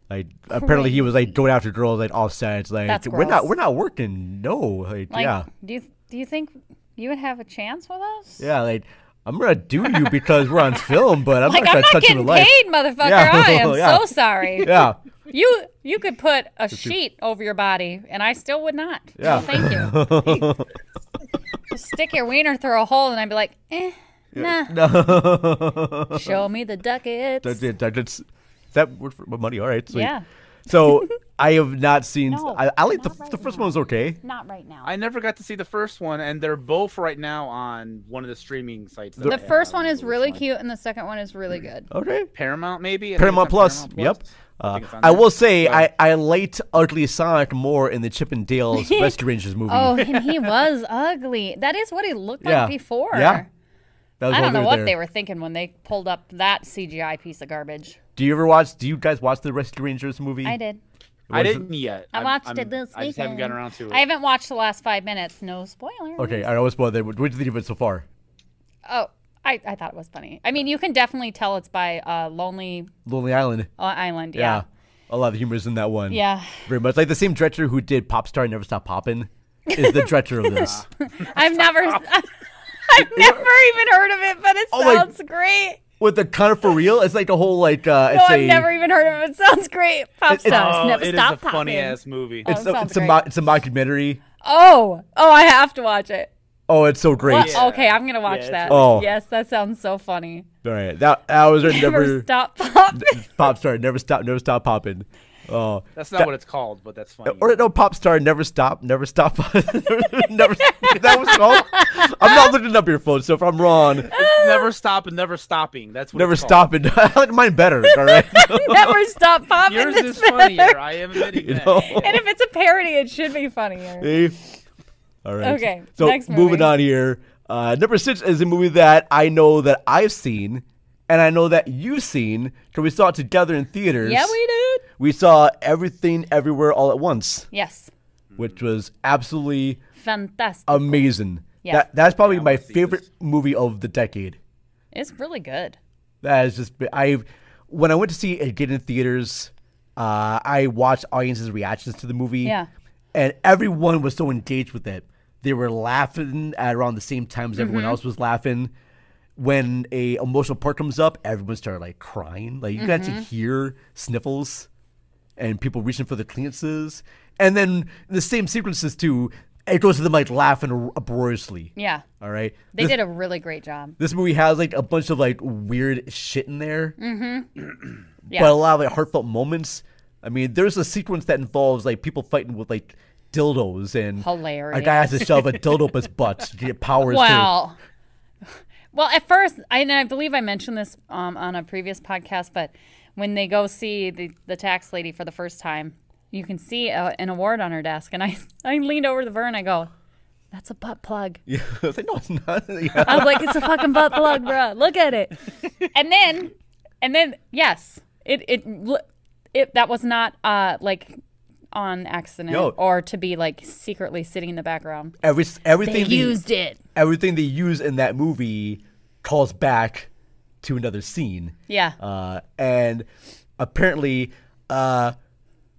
Like apparently he was like going after girls like offset. Like
That's
we're not
gross.
we're not working. No, like,
Like,
yeah,
do you do you think you would have a chance with us?
yeah. Like I'm gonna do you because we're on film, but I'm
Like
not
I'm
gonna
not
touch you
getting
in life.
paid, motherfucker.
Yeah.
I am
Yeah.
so sorry.
Yeah,
You you could put a sheet over your body, and I still would not.
Yeah.
No, thank you. Just stick your wiener through a hole, and I'd be like, eh, nah.
no.
Show me the ducats.
That did that did. Is that word for money? All right. Sweet.
Yeah,
So I have not seen.
No,
I, I like the,
not right
the first
now.
one was okay.
not right now.
I never got to see the first one, and they're both right now on one of the streaming sites. that
the
I have.
first
I don't
one
know
is
which
really
one.
cute, and the second one is really good.
Okay.
Paramount, maybe. I think
Paramount
it's on
Plus.
Paramount
Yep.
Plus. I
Uh,
think it's on
I
there.
will say
Yeah.
I, I liked Ugly Sonic more in the Chip and Dale's Rescue Rangers movie.
Oh, and he was ugly. That is what he looked
Yeah.
like before.
Yeah. That was
I don't
while
know what
there.
they were thinking when they pulled up that CGI piece of garbage.
Do you ever watch? Do you guys watch the Rescue Rangers movie?
I did.
I didn't yet.
I
I'm-
watched
I'm-
it this
I just haven't
weekend.
gotten around to it.
I haven't watched the last five minutes. No spoilers.
Okay. I always bother. What did you think of it so far?
Oh, I, I thought it was funny. I mean, you can definitely tell it's by uh, Lonely
Lonely Island.
uh, Island. Yeah.
A lot of humor is in that one.
Yeah.
Very much like the same director who did Popstar Never Stop Poppin' is the director of this.
I've never. I've never even heard of it, but it
Oh my-
sounds great.
With the kind of for real, it's like a whole like uh,
No,
it's
I've
a-
never even heard of it. It sounds great. Pop
It- it's-
stars
Oh,
never
it is
stop
a funny
popping.
ass movie.
Oh,
It's a,
sounds
it's a
great.
mo- it's a mockumentary.
Oh, oh, I have to watch it.
Oh, it's so great.
Well, Okay, I'm gonna watch
it's
that.
really Oh.
yes, that sounds so funny.
All right, that that was our
Never,
never
stop popping.
pop star, never stop, never stop popping. Oh,
That's not what it's called, but that's funny.
or no, pop star, never stop, never stop, never. That was called. I'm not looking up your phone, so if I'm wrong,
It's never stop and never stopping. That's what
never
it's called.
stopping. I like mine better. All right.
Never stop popping.
Yours
It's
is
better.
funnier. I am admitting
You
that.
know?
And if it's a parody, it should be funnier.
See? All right.
Okay,
So
next
moving
movie.
on here. Uh, number six is a movie that I know that I've seen, and I know that you've seen because we saw it together in theaters.
Yeah, we did.
We saw everything, everywhere, all at once,
Yes,
which was absolutely
fantastic.
amazing.
Yeah.
That, that's probably my
see
favorite
this.
movie of the decade.
it's really good.
That has just been, I've when I went to see it again in theaters, uh, I watched audiences' reactions to the movie.
Yeah.
And everyone was so engaged with it. They were laughing at around the same time as everyone
Mm-hmm.
else was laughing. When a emotional part comes up, everyone started like crying. Like you got
Mm-hmm.
to hear sniffles and people reaching for the clearances. And then the same sequences too. It goes to them like laughing uproariously.
Yeah,
All right.
they
This-
did a really great job.
this movie has like a bunch of like weird shit in there, mm-hmm.
Mm, Yeah.
but a lot of like heartfelt moments. I mean, there's a sequence that involves like people fighting with like dildos and a
Hilarious.
guy has to shove a dildo up his butt to get powers. to,
Well, well, at first, I, and I believe I mentioned this um, on a previous podcast, but when they go see the, the tax lady for the first time, you can see a, an award on her desk, and I I leaned over to Vern, I go, "That's a butt plug."
yeah, I was like, no, it's not. Yeah.
I was like, "It's a fucking butt plug, bruh. Look at it." And then, and then, yes, it it l- it that was not uh like on accident
No.
or to be like secretly sitting in the background.
Every everything they-
it.
everything they use in that movie calls back to another scene.
Yeah.
Uh, and apparently, uh,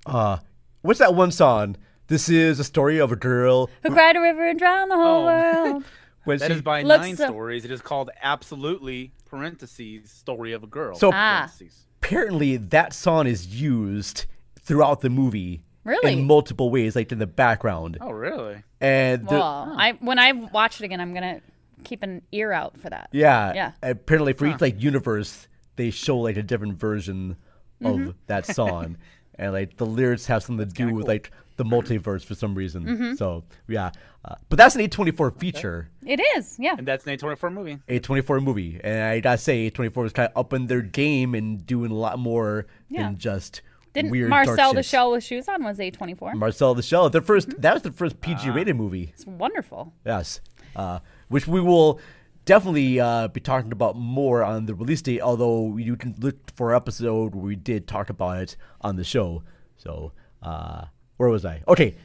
uh, what's that one song? This is a story of a girl
Who cried a river and drowned the whole
Oh.
world.
when
That
she
is by
Let's,
Nine
uh,
Stories. It is called Absolutely parentheses Story of a Girl.
So-
Ah.
parentheses.
apparently that song is used throughout the movie
Really?
in multiple ways like in the background
oh really?
and the-
Well, I when I watch it again, I'm gonna keep an ear out for that.
yeah
Yeah.
apparently for each like universe they show like a different version
Mm-hmm.
of that song and like the lyrics have something to do with like the multiverse for some reason
Mm-hmm.
so yeah uh, but that's an a24 feature
It is. Yeah.
And that's an A24 movie.
a24 movie and i gotta say a24 was kind of upping their game and doing a lot more
Yeah.
than just
Didn't
weird dark
Marcel the
shit.
Shell with Shoes on was A24?
Marcel the Shell. The 1st that was the first PG rated movie.
it's wonderful.
Yes, uh, which we will definitely uh, be talking about more on the release date, although you can look for an episode where we did talk about it on the show. So, uh, where was I? Okay.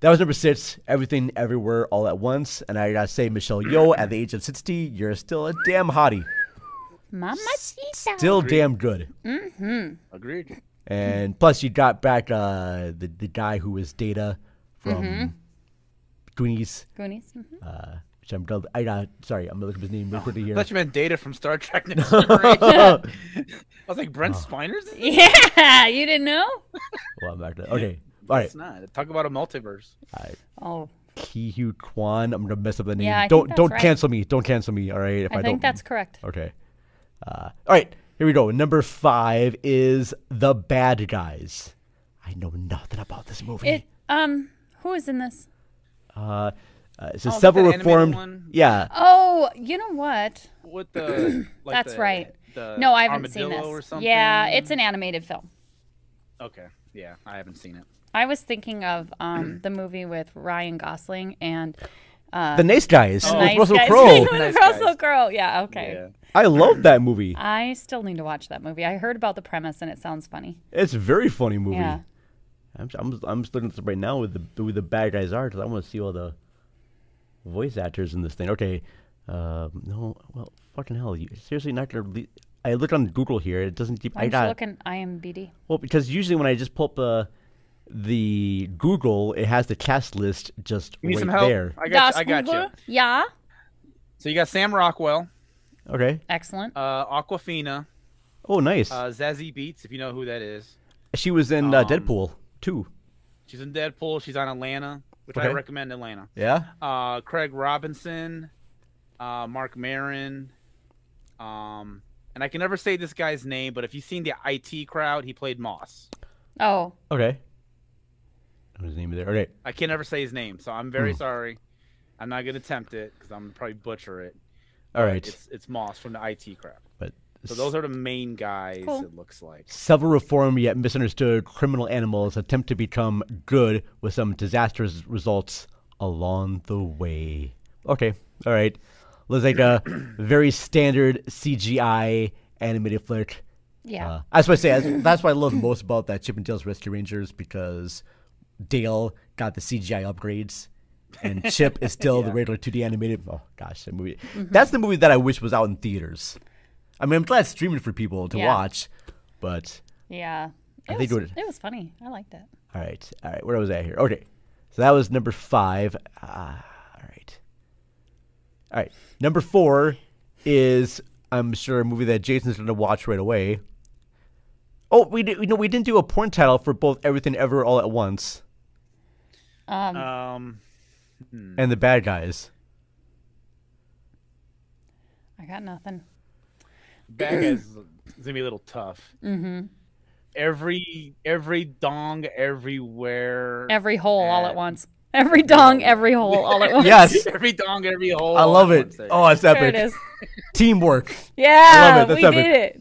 That was number six, Everything Everywhere All at Once. And I gotta say, Michelle Yeoh, at the age of 60, you're still a damn hottie.
Mamacita.
Still damn good.
Agreed.
And plus, you got back uh, the, the guy who was Data from Goonies,
Goonies. Mhm.
uh, which I'm, glad- I got, sorry, I'm looking up his name real quickly
I
here.
thought you meant data from Star Trek Next Generation. I was like,
Ah.
Brent Spiner's? in this?
Yeah, you didn't know?
Well, I'm not gonna- okay. All right.
It's not. Talk about a multiverse.
Oh,
Kihu Kwan. I'm gonna mess up the name.
Yeah, I think
don't
that's
don't
right.
cancel me. Don't cancel me. All right. If I,
I think
don't.
that's correct.
okay. Uh, all right. Here we go. Number five is the bad guys. I know nothing about this movie.
It um who is in this?
uh, uh, it's a
Oh, is it
several
that animated
reformed.
one?
Yeah.
Oh, you know what?
With the. Like
That's
the-
right.
the
No, I haven't seen
Uh, armadillo Or
this.
something.
Yeah, it's an animated film.
Okay. Yeah, I haven't seen it.
I was thinking of um the movie with Ryan Gosling and
the nice guys with
Uh, Nice
Oh, Russell
Guys.
Crowe.
With
Nice
Russell
Guys.
Crowe. Yeah, okay.
Yeah.
I love that movie.
I still need to watch that movie. I heard about the premise and it sounds funny.
It's a very funny movie.
Yeah.
I'm I'm I'm just looking at this right now with the who the bad guys are because I want to see all the voice actors in this thing. Okay, um, no, well, fucking hell, you seriously not gonna? Le- I looked on Google here. It doesn't keep. I
I'm
got
just looking IMBD.
well because usually when I just pull up the the Google, it has the cast list just
You need
right
some help?
there.
I got, you, I got you.
Google? Yeah.
So you got Sam Rockwell,
Okay.
Excellent.
uh, Aquafina,
Oh, nice.
uh, um, Zazie Beats, if you know who that is.
she was in uh, Deadpool too.
She's in Deadpool. She's on Atlanta, which I
Okay.
recommend Atlanta.
Yeah.
Uh, Craig Robinson, uh, Mark Marin, um, and I can never say this guy's name, but if you've seen the IT crowd, he played Moss.
Oh,
Okay. What was the name of there? Okay.
I can never say his name, so I'm
Hmm.
very sorry. I'm not gonna attempt it because I'm gonna probably butcher it.
All
but
right.
It's it's Moss from the IT crowd.
but
So those are the main guys.
Cool.
It looks like.
Several reformed yet misunderstood criminal animals attempt to become good with some disastrous results along the way. Okay, all right. Looks like a very standard CGI animated flick.
yeah.
Uh, that's what I say. That's, that's what I love most about that Chip and Dale's Rescue Rangers because Dale got the CGI upgrades, and Chip is still the regular 2D animated. Oh gosh, that movie.
Mm-hmm.
That's the movie that I wish was out in theaters. I mean, I'm glad it's streaming for people to
Yeah.
watch, but
yeah. It
think it
was,
would-
it was funny. I liked it.
all right, all right. Where was I here? Okay, so that was number five. Ah, all right, all right. Number four is I'm sure a movie that Jason's going to watch right away. Oh, we did, you know we didn't do a porn title for both Everything Ever All at Once
Hmm.
Um,
and the bad guys.
I got nothing.
bad guys is it's gonna be a little tough. Mm-hmm. Every every dong everywhere.
Every hole all
Uh,
at once. Every dong, every hole all at once.
Yes,
every dong every hole.
I
all
love
at
it.
once there.
Oh, it's
There
epic.
it is.
Teamwork. I
Yeah,
love it. That's
we did it.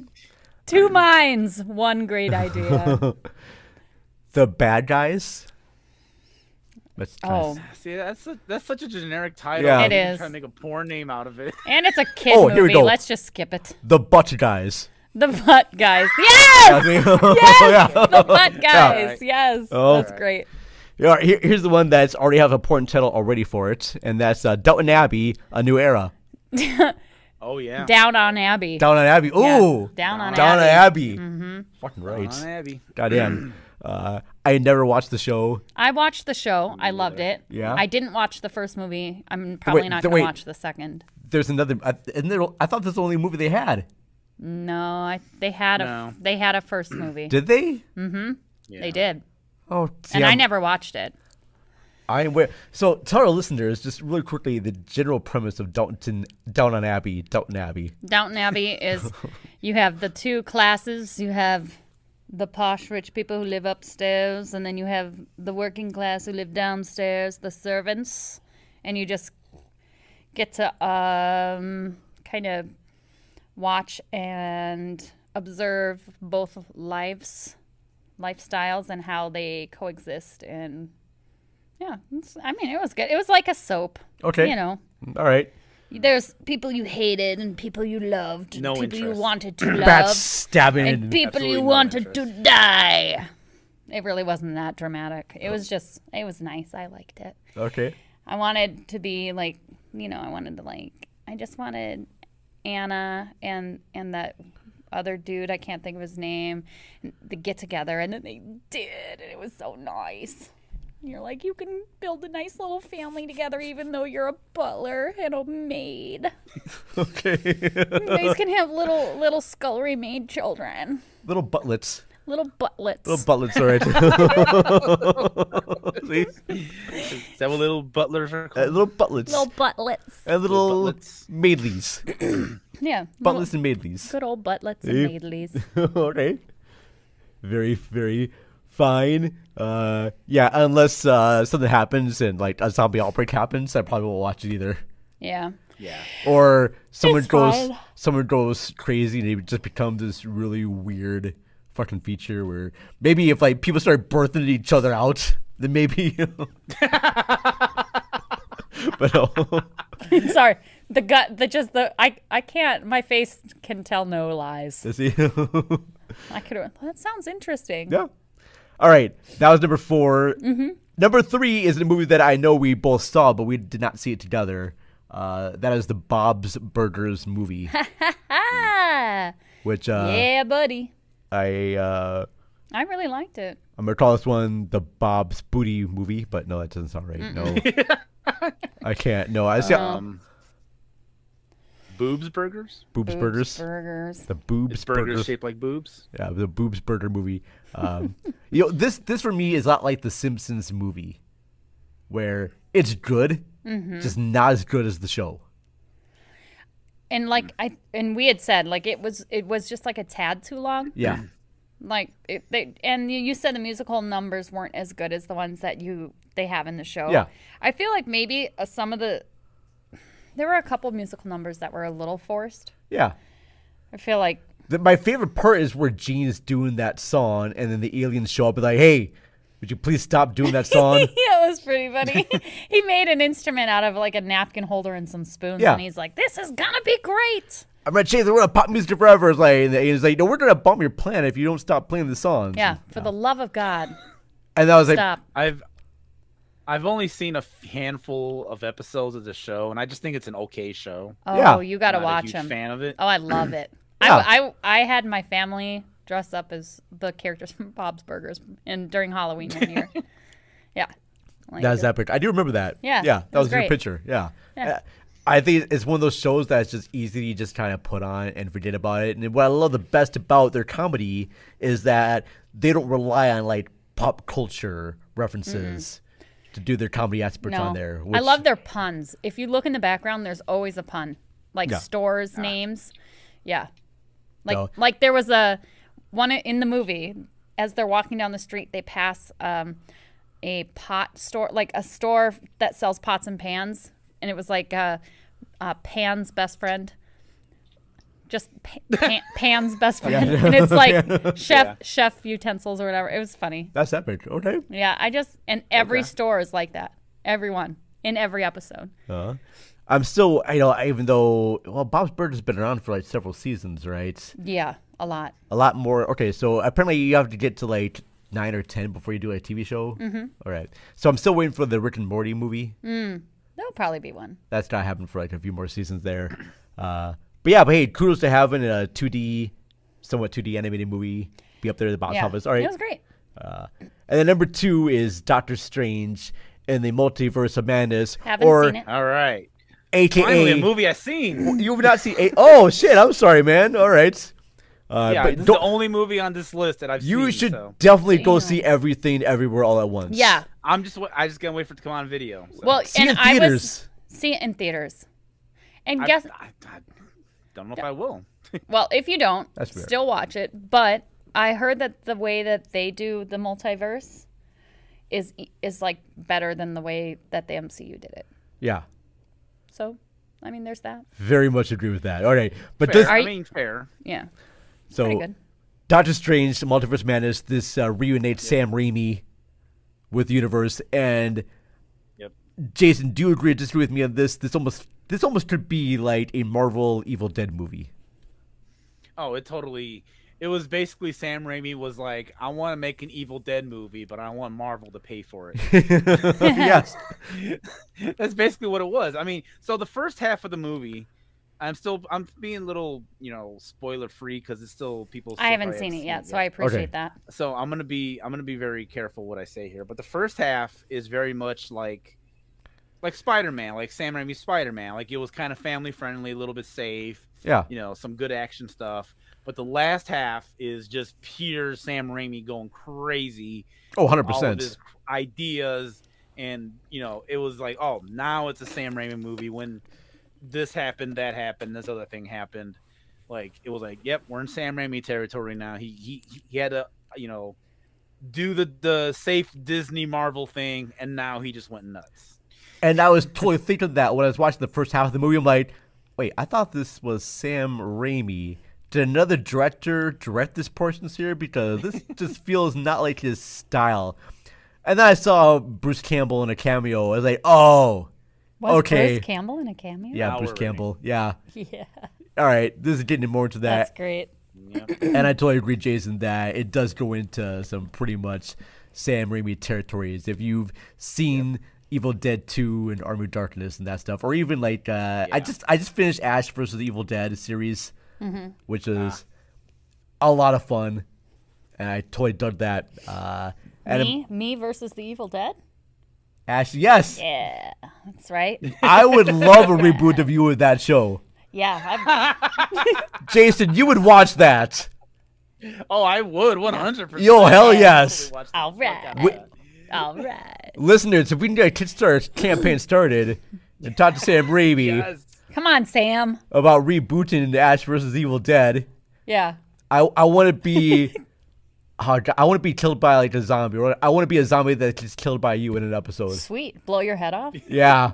Two minds, one great idea.
The bad guys. That's
oh,
See, that's a, that's such a generic title.
Yeah.
I'm
It
is.
Trying to make a porn name out of it.
and it's a kid
Oh,
movie.
here we go.
Let's just skip it.
the butt guys.
The butt guys. Yes,
yes!
the butt guys.
Alright.
Yes,
Oh.
that's great.
Yeah, here, here's the one that's already have a porn title already for it, and that's uh, Downton Abbey: A New Era.
Oh yeah.
Down on Abbey.
Downton Abbey. Ooh,
Yeah, Down on
Downton Abbey.
Abbey. Mm-hmm.
Fucking right.
Down Abbey.
Goddamn. uh, I never watched the show.
I watched the show. I loved it.
Yeah?
I didn't watch the first movie. I'm probably
Wait,
not
th-
going
wait.
to watch the second.
There's another. I, and there, I thought this was the only movie they had.
No, I, they had a
No.
they had a first movie.
Did they?
They did,
Oh, see,
and I
I'm-
never watched it.
I am aware. So tell our listeners just really quickly the general premise of Downton Downton Abbey. Downton Abbey.
Downton Abbey is you have the two classes. You have the posh rich people who live upstairs, and then you have the working class who live downstairs, the servants, and you just get to um, kind of watch and observe both lives, lifestyles, and how they coexist. And yeah, it's, I mean, it was good. It was like a soap.
Okay.
You know,
All right.
There's people you hated and people you loved, and
No
people you
interest.
wanted to love,
Bats stabbing.
and people
absolutely
you
no
wanted
interest.
to die. It really wasn't that dramatic. It was just, it was nice. I liked it.
okay.
I wanted to be like, you know, I wanted to like, I just wanted Anna and and that other dude I can't think of his name, to get together, and then they did, and it was so nice. And You're like, you can build a nice little family together, even though you're a butler and a maid.
Okay.
You guys can have little little scullery maid children,
Little butlets.
little buttlets.
Little butlets, all right. See?
Is that what little butlers are
Uh,
called?
little butlets.
Little buttlets.
and little,
Little butlets.
maidleys.
Yeah. little-
butlets and maidleys.
Good old buttlets and
Yep.
maidleys.
okay. Very, very fine. Uh, yeah, unless uh, something happens and like a zombie outbreak happens, I probably won't watch it either.
Yeah.
Or someone
It's
goes,
fine.
someone goes crazy and it just becomes this really weird fucking feature where maybe if like people start birthing each other out, then maybe. but oh, no.
Sorry. The gut, the just the I I can't. My face can tell no lies.
Let's see.
I could. That sounds interesting.
yeah. All right. That was number 4 Mm-hmm. Number three is a movie that I know we both saw, but we did not see it together. Uh, that is the Bob's Burgers movie,
Ah,
which uh,
yeah, buddy.
I uh,
I really liked it.
I'm gonna call this one the Bob's Booty movie, but no, that doesn't sound right. No, I can't. No, I see
Um,
Uh,
boobs burgers?
boobs, burgers.
Burgers.
the boobs
It's burgers
burgers.
shaped like boobs?
Yeah, the boobs burger movie. Um, you know, this this for me is not like the Simpsons movie, where it's good,
Mm-hmm.
just not as good as the show.
And like I and we had said, like it was it was just like a tad too long.
Yeah,
Like it, they and you, you said the musical numbers weren't as good as the ones that you they have in the show.
Yeah.
I feel like maybe uh, some of the there were a couple musical numbers that were a little forced.
yeah.
I feel like
The, my favorite part is where Gene is doing that song, and then the aliens show up and like, "Hey, would you please stop doing that song?"
Yeah, it was pretty funny. he made an instrument out of like a napkin holder and some spoons,
Yeah.
and he's like, "This is gonna be great."
I'm gonna change the world of pop music forever. It's like, and the aliens like, "No, we're gonna bomb your planet if you don't stop playing the songs."
Yeah, for the love of God,
and I was like,
stop.
I've I've only seen a f- handful of episodes of the show, and I just think it's an okay show.
Oh,
Yeah.
you gotta
I'm not
watch
a huge
him.
Fan of it.
Oh, I love it.
Yeah.
I, I I had my family dress up as the characters from Bob's Burgers, and during Halloween one year, yeah, like,
That was epic. I do remember that.
Yeah,
Yeah.
it
That
was
was, your
great.
picture. Yeah. Uh, I think it's one of those shows that's just easy to just kind of put on and forget about it. And what I love the best about their comedy is that they don't rely on like pop culture references to do their comedy aspects
no.
on there.
I
which-
love their puns. If you look in the background, there's always a pun, like
Yeah.
stores names. Yeah, like
No.
like there was a one in the movie as they're walking down the street, they pass um, a pot store, like a store that sells pots and pans, and it was like uh, uh, Pan's best friend. Just pa- Pan- Pan's best friend, and it's like chef chef utensils or whatever. It was funny.
That's epic. Okay.
Yeah, I just and every store is like that. Everyone in every episode.
Uh-huh. I'm still, I know, even though, well, Bob's Burgers has been around for like several seasons, right?
Yeah, a lot.
A lot more. Okay. So apparently you have to get to like nine or 10 before you do a TV show. Mm-hmm. right. So I'm still waiting for the Rick and Morty movie.
There'll probably be one.
that's not happened for like a few more seasons there. Uh, but yeah, but hey, kudos to having a 2D, somewhat 2D animated movie be up there at the box
Yeah,
office. All right.
it was great.
And then number two is Doctor Strange and the Multiverse of Madness,
Haven't
or
seen it.
All right.
AKA
Finally, a movie I've seen.
You've not seen? A- oh shit! I'm sorry, man. All right. Uh,
yeah,
but
this is
don't-
the only movie on this list that I've seen.
you should
so.
definitely go
Damn.
see everything everywhere all at once.
Yeah.
I'm just. wa- I just gotta wait for it to come on video. so.
Well,
uh, See
and
in
I was
theaters.
see it in theaters. And
I,
guess
I, I don't know if I will.
well, if you don't,
That's fair.
still watch it. But I heard that the way that they do the multiverse is is like better than the way that the MCU did it.
Yeah.
So, I mean, there's that.
Very much agree with that. All right, but
Fair.
this
Are
I
you-
mean, fair.
Yeah,
so
pretty good.
Doctor Strange, the Multiverse Madness, this uh, reunites Sam Raimi with the universe, and
Yep.
Jason, do you agree or disagree with me on this? This almost This almost could be like a Marvel Evil Dead movie.
Oh, it totally. It was basically Sam Raimi was like, I want to make an Evil Dead movie, but I want Marvel to pay for it.
yes.
That's basically what it was. I mean, so the first half of the movie, I'm still I'm being a little you know spoiler free because it's still people.
I haven't seen it yet, so I appreciate
Okay.
that.
so I'm gonna be I'm gonna be very careful what I say here, but the first half is very much like like Spider-Man, like Sam Raimi's Spider-Man. Like it was kind of family friendly, a little bit safe.
Yeah.
You know, some good action stuff. But the last half is just pure Sam Raimi going crazy.
Oh, 100
All of
percent.
his ideas and you know, it was like, oh, now it's a Sam Raimi movie when this happened, that happened, this other thing happened. Like it was like, yep, we're in Sam Raimi territory now. He he he had to, you know, do the the safe Disney Marvel thing, and now he just went nuts.
And I was totally thinking that when I was watching the first half of the movie. I'm like, wait, I thought this was Sam Raimi. Did another director direct this portions here? Because this just feels not like his style. And then I saw Bruce Campbell in a cameo. I was like, oh,
Was
Okay.
Bruce Campbell in a cameo?
yeah,
Now
Bruce
we're ready.
Campbell. Yeah.
Yeah.
All right, this is getting more into that.
That's great.
and I totally agree, Jason, that it does go into some pretty much Sam Raimi territories. If you've seen Evil Dead Two and Army of Darkness and that stuff, or even like uh, I just I just finished Ash versus the Evil Dead series,
Mm-hmm.
which is
Ah.
a lot of fun, and I totally dug that. Uh, and
Me, me versus the Evil Dead.
Ash, yes,
Yeah, that's right.
I would love a reboot of you with that show.
Yeah, I,
Jason, you would watch that.
Oh, I would one hundred percent.
Yo, hell yes.
all right,
Wi-
all right.
Listeners, if we can get a Kickstarter campaign started and talk to Sam Raimi
Come on, Sam.
about rebooting the Ash versus Evil Dead,
Yeah,
I I want to be oh, God, I want to be killed by like a zombie. Or I want to be a zombie that gets killed by you in an episode.
sweet. Blow your head off.
Yeah.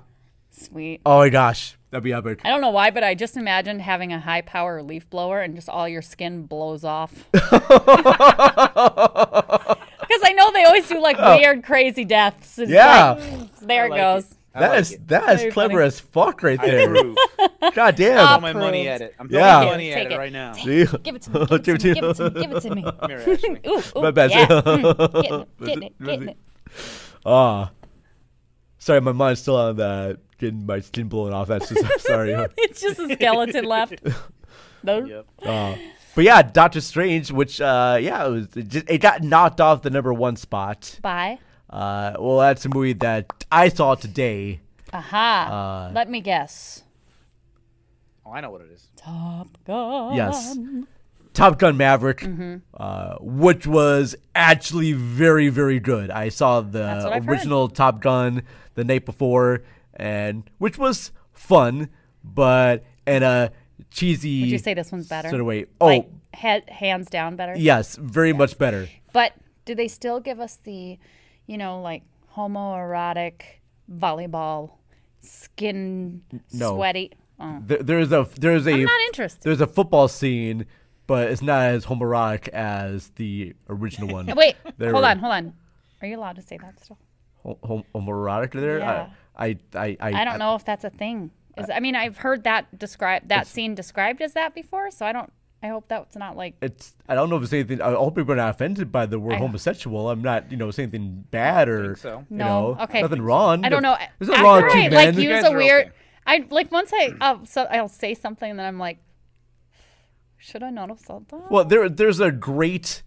Sweet.
Oh my gosh, that'd be epic.
I don't know why, but I just imagined having a high power leaf blower and just all your skin blows off. Because I know they always do like weird, crazy deaths. And
Yeah.
Mm, like, there it
like
goes.
That is that is
Very
clever
funny.
as fuck right
I
there.
approve.
God
Throw
damn.
my
Approved.
money at it. I'm
Yeah.
throwing my money
Take
at it
it.
right now.
Gee.
Give it to me. Give it to me. Give it to me. Give it to me.
Come here, Ashley.
Ooh, ooh,
My bad.
yeah. Mm, getting it, getting it, getting it.
Ah. Sorry, my mind's still on that getting my skin blown off. That's just sorry.
It's just a skeleton left. No.
Yep.
But yeah, Doctor Strange, which uh, yeah, it, was, it, just, it got knocked off the number one spot.
Bye.
Uh, well, that's a movie that I saw today.
Aha.
Uh,
Let me guess.
Oh, I know what it is.
Top Gun.
Yes, Top Gun Maverick,
Mm-hmm.
uh, which was actually very, very good. I saw
That's
the
what I've heard.
original Top Gun the night before, and which was fun, but in a cheesy.
Would you say this one's better?
Sort of way. Oh,
Like, he- hands down better.
yes, very much better.
But do they still give us the, you know, like homoerotic volleyball skin
No.
sweaty? Oh.
There, there's a there's a
I'm not interested.
there's a football scene, but it's not as homoerotic as the original one.
Wait,
There
hold
were-
on, hold on. Are you allowed to say that still?
Hom- hom- homoerotic there?
Yeah.
I, I, I,
I don't know if that's a thing. Is, I mean, I've heard that described that scene described as that before, so I don't. I hope that's not like.
It's I don't know if it's anything. I hope people are not offended by the word homosexual. I'm not, you know, saying anything bad or
so.
you
No,
know,
okay.
nothing wrong.
I don't know.
There's nothing wrong with
After
two
I,
men.
like
You
use
guys
a
are
weird.
okay.
I like once I uh, so I'll say something, and then I'm like, should I not have said that?
Well, there there's a great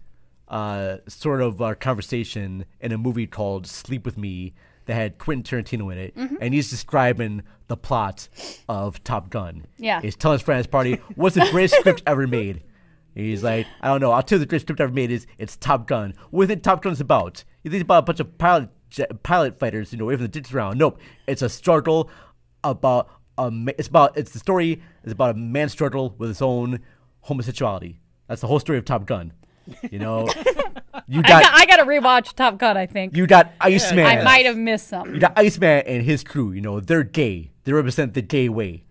uh, sort of uh, conversation in a movie called Sleep with Me that had Quentin Tarantino in it,
Mm-hmm.
and he's describing the plot of Top Gun.
Yeah.
he's telling his friend at his party, "What's the greatest script ever made?" He's like, "I don't know. I'll tell you the greatest script ever made is it's Top Gun. What do you think Top Gun's about? You think it's about a bunch of pilot jet, pilot fighters, you know, waving the dicks around? Nope. It's a struggle about a. Ma- it's about it's the story is about a man's struggle with his own homosexuality. That's the whole story of Top Gun. You know, you
I, got,
got
I got to rewatch Top Gun. I think
you got Iceman.
I might have missed something.
You got Iceman and his crew. You know, they're gay. They represent the gay way.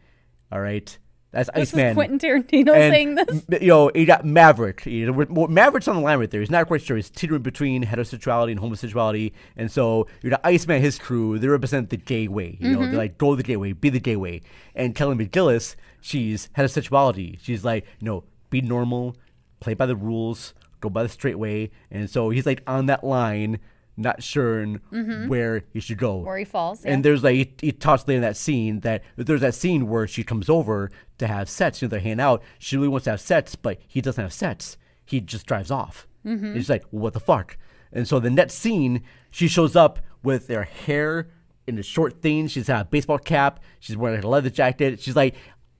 All right, That's
This
Iceman.
is Quentin Tarantino saying this.
m- Yo, you got Maverick. You know, we're- well, Maverick's on the line right there. He's not quite sure. He's teetering between heterosexuality and homosexuality. And so you got Iceman, his crew, they represent the gay way. You
Mm-hmm.
know, they're like, go the gay way, be the gay way. And Kelly McGillis, she's heterosexuality. She's like, you know, be normal, play by the rules, go by the straight way. And so he's like on that line, not sure
Mm-hmm.
where he should go.
Where he falls,
And
yeah.
there's like, he, he talks later in that scene that there's that scene where she comes over to have sex, you know, they're hanging out. She really wants to have sex, but he doesn't have sex. He just drives off.
Mm-hmm.
And she's like, what the fuck? And so the next scene, she shows up with her hair in a short thing. She's got a baseball cap. She's wearing like, a leather jacket. She's like,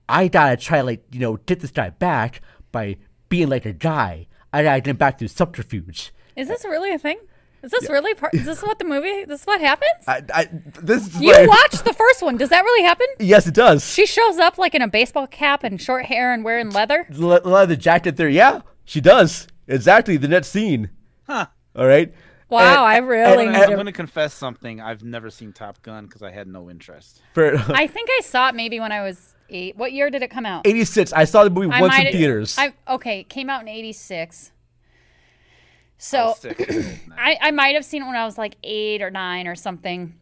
I gotta try like you know get this guy back by being like a guy. I gotta get him back through subterfuge.
Is this really a thing? Is this really part? Is this what the movie? This is what happens?
I, I this is
you watched the first one. Does that really happen?
Yes, it does.
She shows up like in a baseball cap and short hair and wearing leather.
the le- leather jacket there. Yeah, she does exactly the next scene.
Huh.
All right.
Wow, I
And-
really
and-
I'm
enjoyed.
going to confess something. I've never seen Top Gun because I had no interest.
For
I think I saw it maybe when I was eight. What year did it come out?
eighty six, I saw the movie
I
once in
might-
theaters.
I okay, it came out in '86. So
Sick. Nah.
I, I might have seen it when I was like eight or nine or something.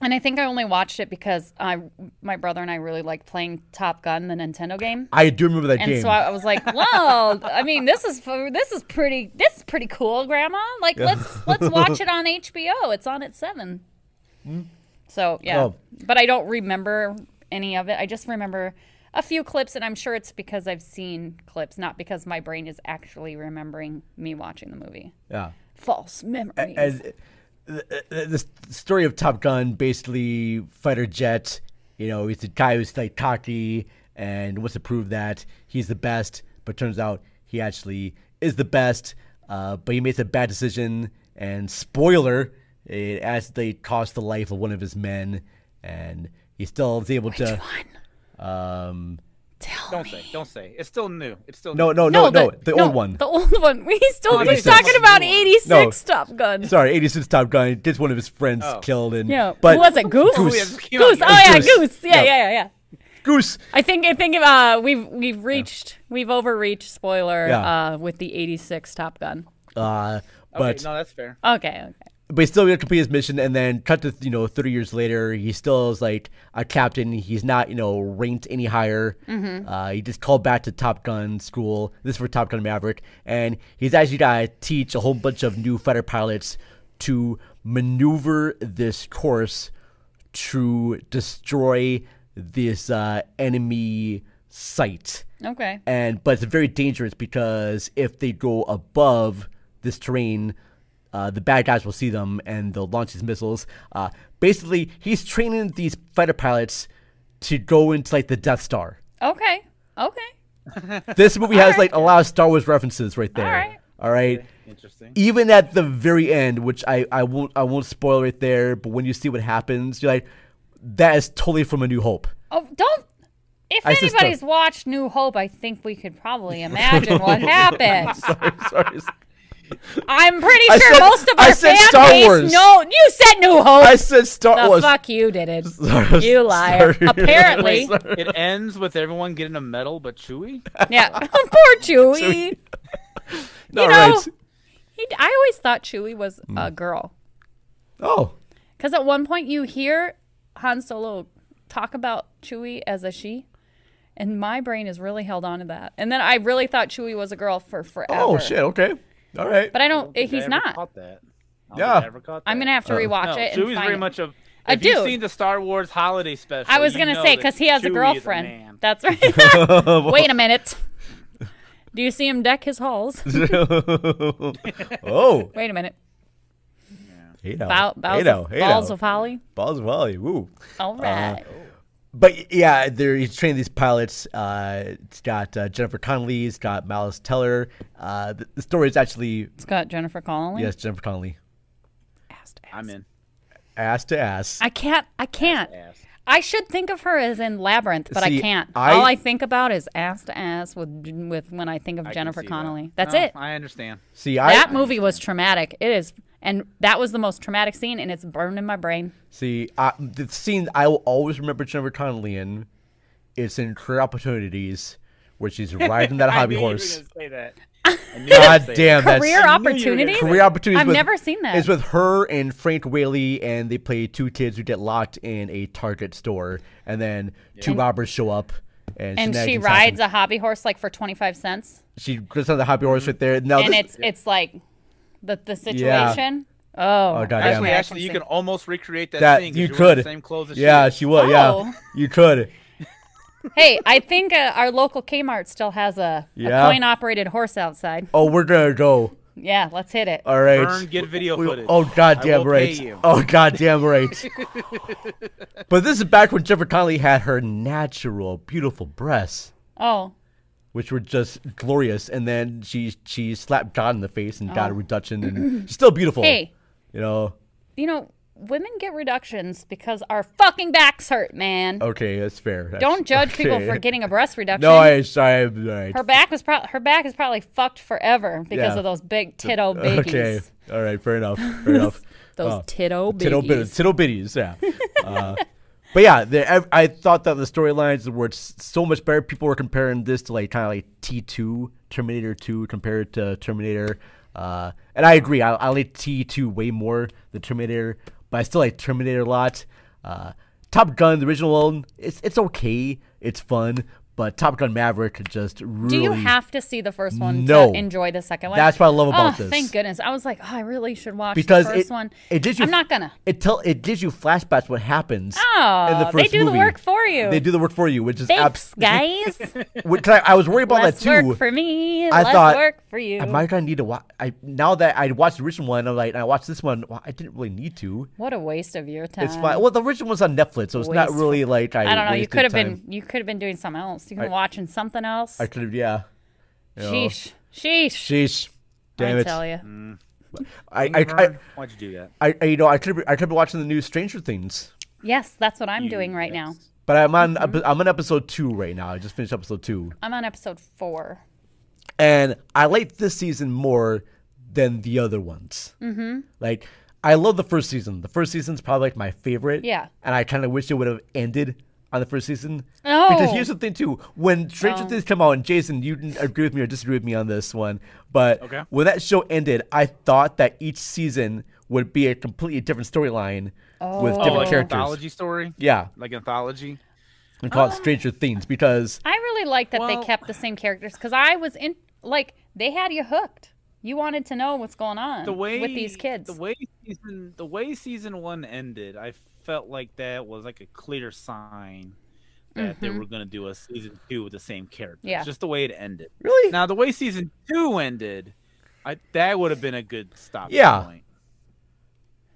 And I think I only watched it because I, my brother and I really liked playing Top Gun, the Nintendo game.
I do remember that
And
game.
so I was like, "Whoa! I mean, this is this is pretty this is pretty cool, Grandma. Like, let's let's watch it on HBO. It's on at 7. So yeah,
Hmm. Oh.
but I don't remember any of it. I just remember a few clips, and I'm sure it's because I've seen clips, not because my brain is actually remembering me watching the movie.
yeah.
False memories.
as the, the the story of Top Gun, basically fighter jet. You know, he's the guy who's like cocky and wants to prove that he's the best, but turns out he actually is the best. Uh, but he makes a bad decision, and spoiler, it actually cost the life of one of his men, and he still is able to. Um,
Don't say. Don't say. It's still new. It's still
no,
new.
no, no, no, the, old one.
The old one. We still
Oh,
keep
86.
talking about
No.
86
No.
Top Gun.
Sorry, 86 Top Gun gets one of his friends killed, and
Yeah.
but
Who was it? Goose?
Goose.
yeah, just came out
Goose. Oh yeah,
Goose.
Goose. Yeah,
Yeah.
yeah, yeah, yeah.
Goose.
I think I think uh, we've we've reached we've overreached spoiler
Yeah.
uh, with the 86 Top Gun.
Uh,
Okay,
but
no, that's fair.
Okay, okay.
but he's still gonna complete his mission and then cut to you know 30 years later he still is like a captain he's not you know ranked any higher uh, he just called back to top gun school this is for top gun maverick and he's actually gotta teach a whole bunch of new fighter pilots to maneuver this course to destroy this uh, enemy site
Okay.
and but it's very dangerous because if they go above this terrain, uh, the bad guys will see them and they'll launch these missiles. Uh, basically, he's training these fighter pilots to go into like the Death Star.
Okay. Okay.
This movie has like a lot of Star Wars references right there.
Alright.
All right.
Interesting.
Even at the very end, which I, I won't I won't spoil right there, but when you see what happens, you're like, that is totally from A New Hope.
Oh, don't if
I suspect-
anybody's watched New Hope, I think we could probably imagine what happened.
sorry, sorry.
I'm pretty
I
sure
said-
most of
I
our
said
fan
Star
base
Wars.
know you said New Hope.
I said Star
the
Wars.
fuck you did it.
Sorry,
you liar.
sorry.
Apparently.
It ends with everyone getting a medal, but Chewie.
yeah. Poor Chewie.
All
know-
right. Hmm.
He, I always thought Chewie was a girl.
Oh.
Because at one point you hear Han Solo talk about Chewie as a she, and my brain is really held on to that. And then I really thought Chewie was a girl for forever.
Oh shit. Okay. All right.
But I don't.
I
he's
ever
not.
Caught that.
Yeah.
Never caught that.
I'm gonna have to rewatch
No,
it. And
Chewie's
find
very
it.
much a.
I
if you've
do.
seen the Star Wars holiday special.
I was
you
gonna
know
say
that
because he has
Chewie
a
is
girlfriend.
man.
That's right. Wait a minute. Do you see him deck his halls?
oh.
Wait a minute.
Hey now.
Bow, bows
hey now.
of,
Hey
balls
now.
of holly.
balls of Holly. Woo.
All
Uh-huh.
right.
But yeah, they're, he's training these pilots. Uh, it's got uh, Jennifer Connelly. It's got Malice Teller. Uh, the, the story is actually
it's got Jennifer Connelly.
yes, Jennifer Connelly,
Ass to ass.
I'm in.
ass to ass.
I can't. I can't. I should think of her as in Labyrinth, but
See,
I can't.
I-
All I think about is ass to ass with with when I think of
I can
Jennifer
see that.
Connelly. That's
No,
it.
I understand.
See, I
that movie was traumatic. It is, and that was the most traumatic scene, and it's burned in my brain.
see I, the scene I will always remember Jennifer Connelly in it's in career opportunities where she's riding that hobby horse.
Say that.
God damn, that's
Career opportunities.
career opportunities.
I've
with-
never seen that.
It's with her and Frank Whaley, and they play two kids who get locked in a Target store, and then two robbers show up, and,
and she
shenanigans
rides
happen.
a hobby horse like for twenty five cents,
She gets on the hobby horse right there. Now
and
Oh,
it's
this,
it's like the the
Yeah.
situation. Oh,
Oh, goddamn.
Actually,
Yeah, I
actually, you can almost recreate that,
that
scene. 'cause
you
you're wearing
could.
the same clothes. As
yeah,
she,
she would.
Oh.
Yeah, you could.
hey, I think uh, our local Kmart still has a,
Yeah.
a coin operated horse outside.
Oh, we're gonna go.
Yeah, let's hit it.
All right.
Burn, get video
We-
footage.
Oh
I
goddamn
will
right!
pay you.
Oh goddamn right! but this is back when Jennifer Connelly had her natural, beautiful breasts,
Oh,
which were just glorious, and then she she slapped God in the face and got a reduction, and she's still beautiful.
Oh. hey,
you know,
you know, women get reductions because our fucking backs hurt, man.
okay, that's fair. That's-
Don't judge people
Oh, okay.
for getting a breast reduction.
No, I sorry, I'm all right.
her back was pro- her back is probably fucked forever because
Yeah.
of those big titto babies.
okay, all right, fair enough, fair enough.
Those
Oh.
titto babies.
Tittle bitties, tittle bitties, yeah. Uh, but yeah, the, ev- I thought that the storylines were s- so much better. People were comparing this to like kind of like T two Terminator two compared to Terminator, uh, and I agree. I, I like T two way more than Terminator, but I still like Terminator a lot. Uh, Top Gun, the original one, it's it's okay, it's fun, but Top Gun Maverick just really.
Do you have to see the first one
No.
to enjoy the second one?
That's what I love about
oh,
this.
Thank goodness. I was like, oh, I really should watch
because
the first
it,
one.
it gives you
I'm not gonna.
it tell it gives you flashbacks what happens
Oh,
in the
they
first
do the
movie.
work for you.
They do the work for you, which is
Thanks,
abs-
guys.
Which I, I was worried about
Let's
that too.
work for me.
I
Let's
thought,
work for you.
Am I gonna need to watch? I now that I watched the original one, I'm like, I watched this one. Well, I didn't really need to.
What a waste of your time.
It's fine. Well, the original one's on Netflix, so it's not
Um, Wasteful.
really like I.
I don't know. You
wasted
could have
time.
been. You could have been doing something else. You can watching something else.
I could have. Yeah. You know.
sheesh. Sheesh.
Sheesh. Damn
I
it.
tell you.
Mm.
I, I,
Why'd you do that?
I, I, you know, I could, I could be watching the new Stranger Things.
Yes, that's what I'm doing right now.
But I'm
Mm-hmm.
on epi- I'm on episode two right now. I just finished episode two,
I'm on episode four.
and I like this season more than the other ones. Mm-hmm. Like I love the first season. The first season's probably like my favorite.
Yeah.
and I kind of wish it would have ended on the first season.
No.
because here's the thing too: when
Oh.
Stranger Things come out, and Jason, you didn't agree with me or disagree with me on this one, but
Okay.
when that show ended, I thought that each season would be a completely different storyline with
Oh.
different
Oh, like an
characters.
anthology story.
Yeah,
Like anthology.
and call
Oh.
it Stranger Things because
I really like that
Well-
they kept the same characters because I was in like they had you hooked. You wanted to know what's going on
the way
Uh, with these kids.
the way season the way season one ended i felt like that was like a clear sign that they were going to do a season two with the same characters
Mm-hmm. Yeah.
just the way it ended
really
now the way season two ended I, that would have been a good stop
Yeah.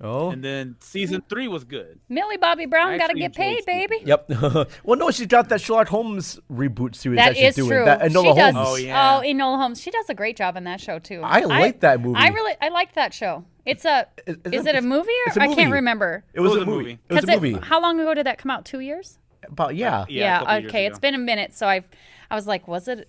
Oh.
and then season three was good
Millie Bobby Brown
I
got to
actually
get paid,
enjoyed seeing
baby.
Yep. well, no, she's got that Sherlock Holmes reboot series that,
That
she's
is
doing.
true.
That Enola
she does.
Holmes.
Oh, yeah.
Oh, Enola Holmes. She does a great job in that show too.
I like that movie.
I really I like that show. It's a
Is-
is,
is it-
it a movie or
it's a
I can't
movie.
remember.
Oh, It was,
It was
a
a
movie.
movie.
It was a
'Cause
movie.
How long ago did that come out? Two years?
About yeah.
yeah, a couple years
okay,
ago.
it's been a minute, so I've I was like, was it?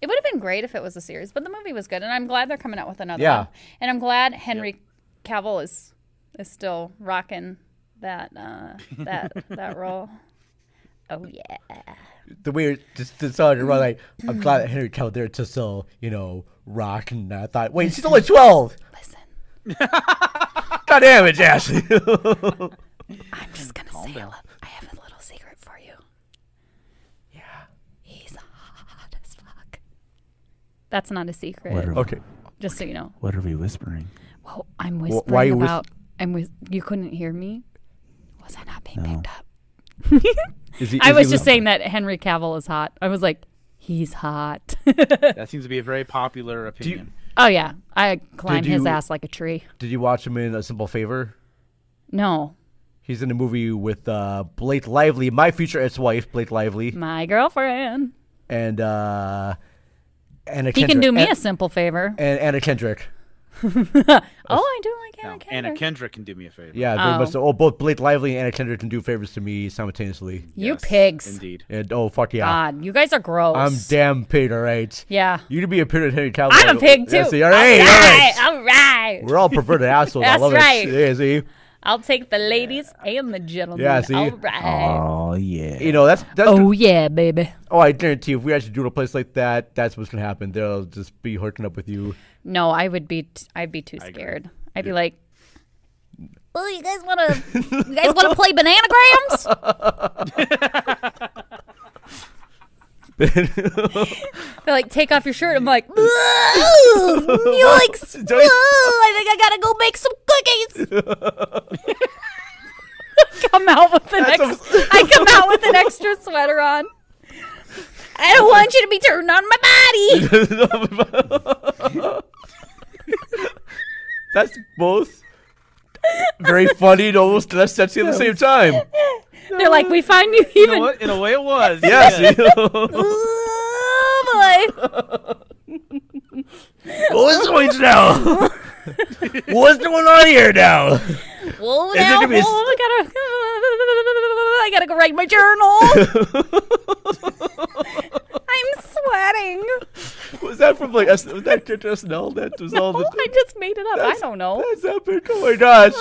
It would have been great if it was a series, but the movie was good, and I'm glad they're coming out with another
Yeah.
one. And I'm glad Henry Cavill is is still rocking that uh, that that role. Oh yeah,
The weird just the song around like I'm glad that Henry Cavill there to so you know rock and I thought wait she's only twelve.
listen,
God damn it, Ashley.
I'm just gonna say, a li- I have a little secret for you. Yeah, he's hot as fuck. That's not a secret.
okay.
Just so you know.
what are we whispering
Well, Oh, I'm
why
whispering
you whis-
about. I'm whis- you couldn't hear me. Was I not being picked up?
Is he,
I
is
was just
he with-
saying that Henry Cavill is hot. I was like, he's hot.
that seems to be a very popular opinion
oh yeah, I climbed his
you-
ass like a tree.
Did you watch him in A Simple Favor?
No,
He's in a movie with uh, Blake Lively, my future ex-wife, Blake Lively,
my girlfriend.
and uh, Anna.
He
Kendrick.
can do me
and,
a simple favor.
and Anna Kendrick.
oh, I do like Anna
Now,
Kendrick.
anna kendrick can do me a favor
Yeah, very much
Oh.
so. Oh, both Blake Lively and Anna Kendrick can do favors to me simultaneously.
You
Yes,
pigs.
indeed
And oh fuck yeah,
God, you guys are gross.
I'm damn pig, all right.
Uh, yeah,
You could be a pig at Henry Cavill.
I'm a pig too.
Yeah, see, all right, all right.
all right.
We're all perverted assholes. I
That's
love
right.
it. Yeah, see,
I'll take the ladies and the gentlemen.
Yeah, see?
All right.
Oh yeah.
You know, that's that's
oh yeah, baby.
Oh, I guarantee if we actually do it in a place like that, that's what's gonna happen. They'll just be hooking up with you.
No, I would be. T- I'd be too scared. I'd be like, "Well, you guys want to? You guys want to play bananagrams? They like take off your shirt. I'm like, yikes!
Don't you-
I think I gotta go make some cookies. come out with an ex- I come out with an extra sweater on. I don't want you to be turned on my body.
that's both very funny and almost less sexy at the same time.
They're like, we find you
You know
even.
what? In a way, it was.
Yeah, see?
Oh boy.
what is going on now? What's going on here now?
Whoa,
it
now,
gonna be a s-
whoa, I gotta, I gotta go write my journal. I'm sweating.
Was that from like S- was that character SNL that was all
Oh,
the
I just made it up. I
That's-
don't know.
That's epic. Oh my gosh.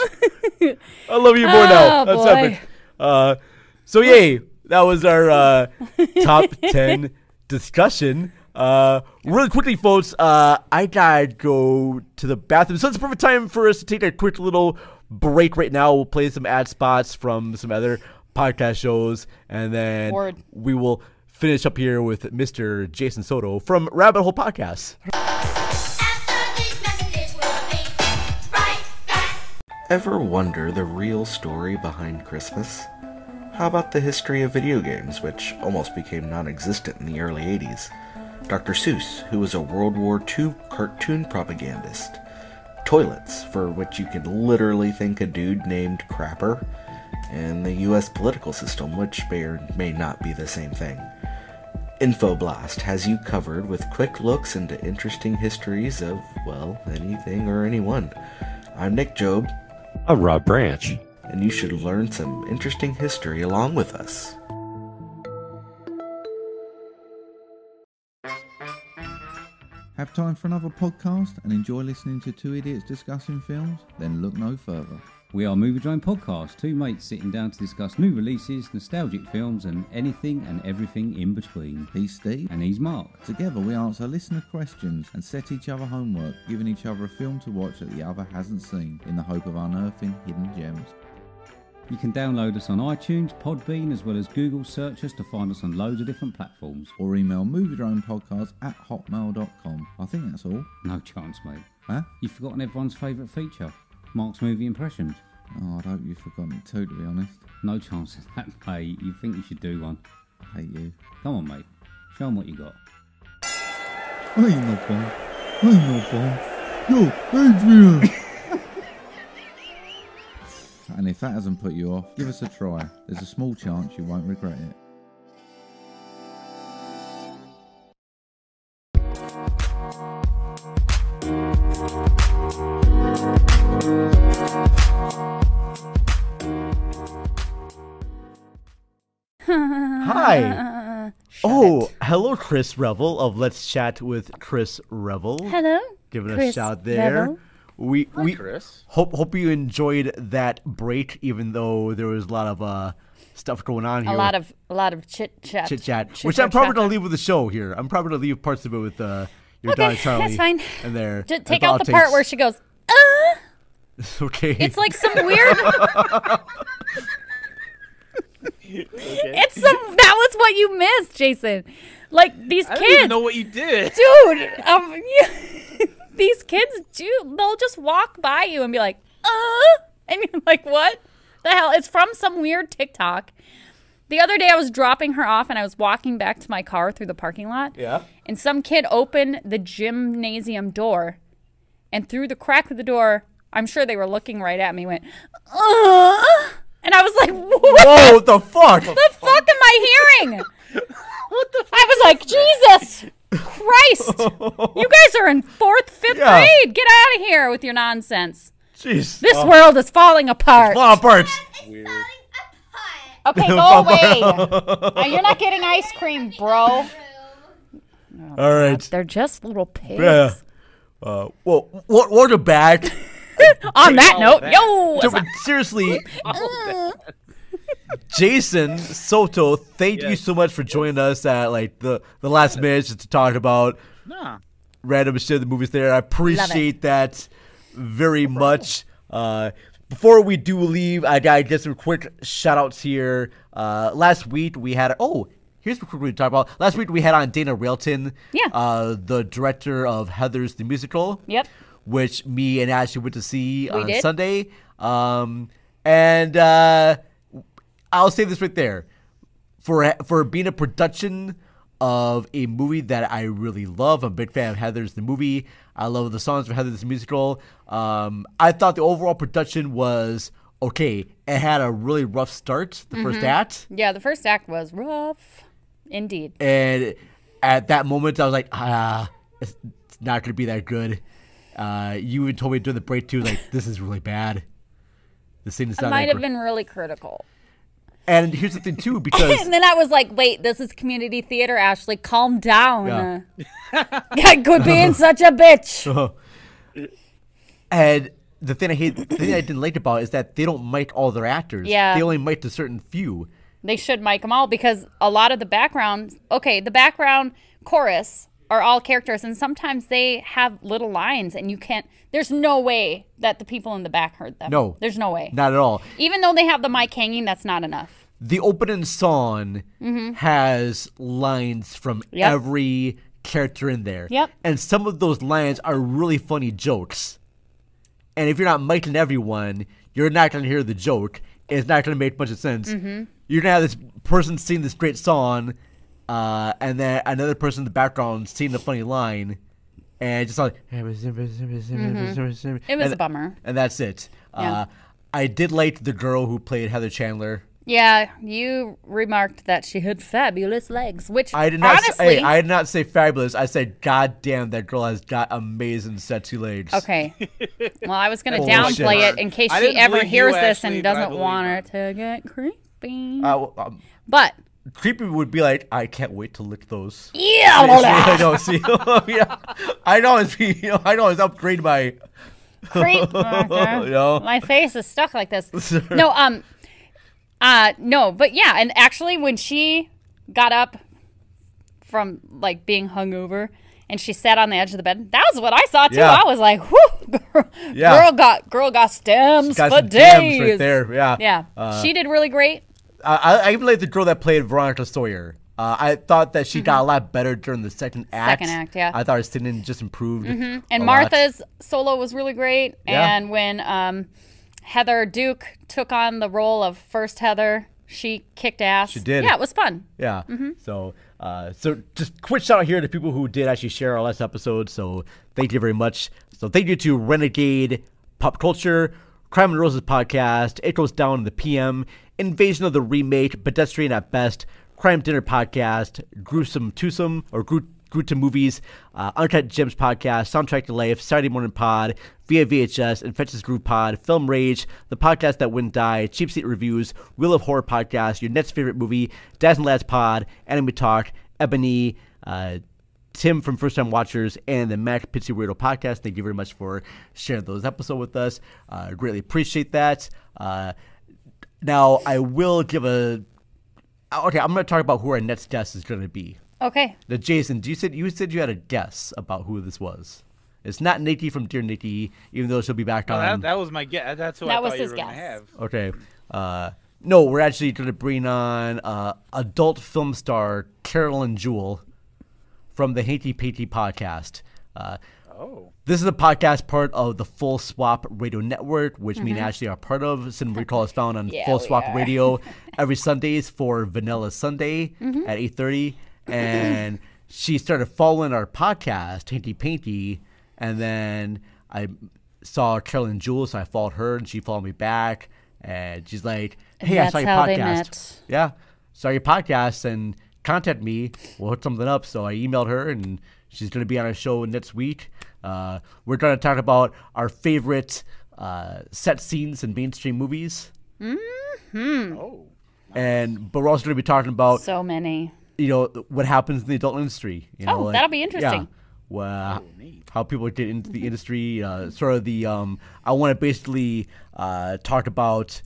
I love you more now.
Oh,
That's
boy.
epic. Uh, so yay, that was our uh, top ten discussion. Uh, really quickly, folks, uh, I gotta go to the bathroom. So it's a perfect time for us to take a quick little break right now. We'll play some ad spots from some other podcast shows, and then
Word.
we will finish up here with Mr. Jason Soto from Rabbit Hole Podcast.
After these messages, we'll be right back.
Ever wonder the real story behind Christmas? How about the history of video games, which almost became non existent in the early 80s? Dr. Seuss, who was a World War II cartoon propagandist. Toilets, for which you could literally think a dude named Crapper. And the US political system, which may or may not be the same thing. InfoBlast has you covered with quick looks into interesting histories of, well, anything or anyone. I'm Nick Job,
I'm Rob Branch.
and you should learn some interesting history along with us.
Have time for another podcast and enjoy listening to two idiots discussing films? Then look no further.
We are Movie Drone Podcast, two mates sitting down to discuss new releases, nostalgic films, and anything and everything in between.
He's Steve.
And he's Mark.
Together we answer listener questions and set each other homework, giving each other a film to watch that the other hasn't seen, in the hope of unearthing hidden gems.
You can download us on iTunes, Podbean, as well as Google search us to find us on loads of different platforms.
Or email moviedronepodcast at hotmail.com. I think that's all.
No chance, mate.
Huh?
You've forgotten everyone's favourite feature Mark's movie impressions.
Oh, I'd hope you've forgotten it too, to be honest.
No chance of that, mate. You think you should do one?
Hate you.
Come on, mate. Show 'em what you got.
I ain't no bomb. I ain't no bomb. Yo, Adrian! and if that hasn't put you off, give us a try. There's a small chance you won't regret it.
Hi. oh, hello, Chris Revel of Let's Chat with Chris Revel.
Hello,
Giving a
Chris
shout there.
Revel.
We
Hi,
we
Chris.
hope hope you enjoyed that break, even though there was a lot of uh stuff going on here.
A lot of a lot of chit chat.
chit chat, which I'm probably gonna leave with the show here. I'm probably gonna leave parts of it with uh your
Okay,
daughter Charlie.
that's fine.
And there,
Just take out the part where she goes. Uh,
okay,
it's like some weird. It's some. That was what you missed, Jason. Like these
I
kids.
don't even know what you did.
dude. Um, you- these kids do. They'll just walk by you and be like, "Uh," and you're like, "What the hell?" It's from some weird TikTok. The other day, I was dropping her off and I was walking back to my car through the parking lot.
Yeah.
And some kid opened the gymnasium door, and through the crack of the door, I'm sure they were looking right at me. Went, "Uh," and I was like, "What?"
Whoa, what the fuck?
the fuck am I hearing? what the I was like, Jesus Christ! you guys are in fourth, fifth
Yeah.
grade. Get out of here with your nonsense.
Jeez,
This world is falling apart.
Law parts.
Okay, go
Fall
away.
apart.
Uh, you're not getting ice cream, bro.
All right.
They're just little pigs.
Yeah. Uh, well, what what a back
On that note, yo.
Dude, but seriously, Jason Soto, thank you so much for joining us at like the the last minute just to talk about
Nah.
random shit in the movies. There, I appreciate that very much. Uh, before we do leave, I gotta get some quick shout outs here. Uh, last week we had oh. Here's what we talk about. Last week we had on Dana Railton,
Yeah.
uh, the director of Heather's the musical
Yep.
which me and Ashley went to
We
see on
did.
Sunday. Um, and uh, I'll say this right there for for being a production of a movie that I really love. I'm a big fan of Heather's the movie. I love the songs from Heather's the musical. Um, I thought the overall production was okay. It had a really rough start, the first
Mhm.
act,
Yeah, the first act was rough. Indeed.
and at that moment, I was like, ah, it's it's not gonna be that good. Uh, you even told me during the break too, like this is really bad. This scene is
I
not.
might
that
have
great."
been really critical.
And here's the thing too, because
and then I was like, wait, this is community theater, Ashley. Calm down.
Yeah.
I could be in such a bitch.
Uh, and the thing I hate, the thing I didn't like about it is that they don't mic all their actors.
Yeah.
they only mic a certain few.
They should mic them all because a lot of the background, okay, the background chorus are all characters, and sometimes they have little lines, and you can't. There's no way that the people in the back heard them.
No.
there's no way.
Not at all.
Even though they have the mic hanging, that's not enough.
The opening song
Mhm.
has lines from
Yep.
every character in there.
Yep.
And some of those lines are really funny jokes. And if you're not micing everyone, you're not going to hear the joke. It's not going to make much of sense.
Mhm.
You're going to have this person sing this great song, uh, and then another person in the background singing the funny line, and just like,
Mhm. Mm-hmm. It was
and-
a bummer.
And that's it. Uh,
Yeah.
I did like the girl who played Heather Chandler.
Yeah, you remarked that she had fabulous legs, which
I did not. s-
honestly,
hey, I did not say fabulous. I said, God damn, that girl has got amazing sexy legs.
Okay. Well, I was going to
Holy
downplay
Oh, shit.
it in case
I
she
didn't
ever
believe you,
hears this
Ashley,
and
but I
doesn't
believe
want her to get creepy.
Uh, well, um,
but
creepy would be like, I can't wait to lick those.
Yeah,
I
well,
I know. See, yeah, I know. It's you know, I know. It's upgrade my
creep.
you know?
My face is stuck like this. no, um, uh, no, but yeah, and actually, when she got up from like being hungover and she sat on the edge of the bed, that was what I saw too.
Yeah.
I was like, whoo, girl,
Yeah.
girl got girl got stems
Got
for
some
days.
gems right there. Yeah.
Yeah,
Uh,
she did really great.
I, I- I even like the girl that played Veronica Sawyer. Uh, I thought that she got a lot better during the second act.
Mm-hmm. Second act, yeah.
I thought her singing just improved.
hmm
a
And
lot.
Martha's solo was really great.
Yeah.
And when um, Heather Duke took on the role of first Heather, she kicked ass.
She did.
Yeah, it was fun.
Yeah.
Mhm.
So, uh, so just quick shout out here to people who did actually share our last episode. So thank you very much. So thank you to Renegade Pop Culture, Crime and Roses Podcast, It Goes Down in the PM, Invasion of the Remake, Pedestrian at Best, Crime Dinner Podcast, Gruesome Twosome or Gru- Gruta Movies, uh, Uncut Gems Podcast, Soundtrack to Life, Saturday Morning Pod, Via VHS, Infectious Groove Pod, Film Rage, The Podcast That Wouldn't Die, Cheap Seat Reviews, Wheel of Horror Podcast, Your Next Favorite Movie, Dazzling Lads Pod, Anime Talk, Ebony, uh, Tim from First Time Watchers and the Mac Pitsy Weirdo podcast. Thank you very much for sharing those episodes with us. Uh, greatly appreciate that. Uh, now I will give a okay. I'm going to talk about who our next guest is going to be.
Okay.
Now, Jason, do you said you said you had a guess about who this was. It's not Nikki from Dear Nikki, even though she'll be back
Oh,
on.
that, that was my guess. That's what I
That
thought
was
you
his
were gonna
guess.
have.
Okay. Uh, no, we're actually going to bring on uh, adult film star Carolyn Jewell from the Hainty Painty podcast. Uh,
Oh.
This is a podcast part of the Full Swap Radio Network, which me and
Mhm.
Ashley are part of. Cinema Recall is found on
Yeah,
Full
we
Swap
are.
Radio every Sundays for Vanilla Sunday
Mhm.
at 8.30. And she started following our podcast, Hainty Painty, and then I saw Carolyn Jewel, so I followed her, and she followed me back. And she's like,
And
"Hey, I saw
that's
your
how they
podcast.
met.
Yeah, saw your podcast, and contact me. We'll hook something up." So I emailed her, and she's going to be on our show next week. Uh, we're going to talk about our favorite uh, set scenes in mainstream movies,
hmm
Oh.
and but we're also going to be talking about
So many.
you know what happens in the adult industry. You know,
Oh,
like-
that'll be interesting.
yeah. wha- how people get into the industry. Uh, sort of the um, I want to basically uh, talk about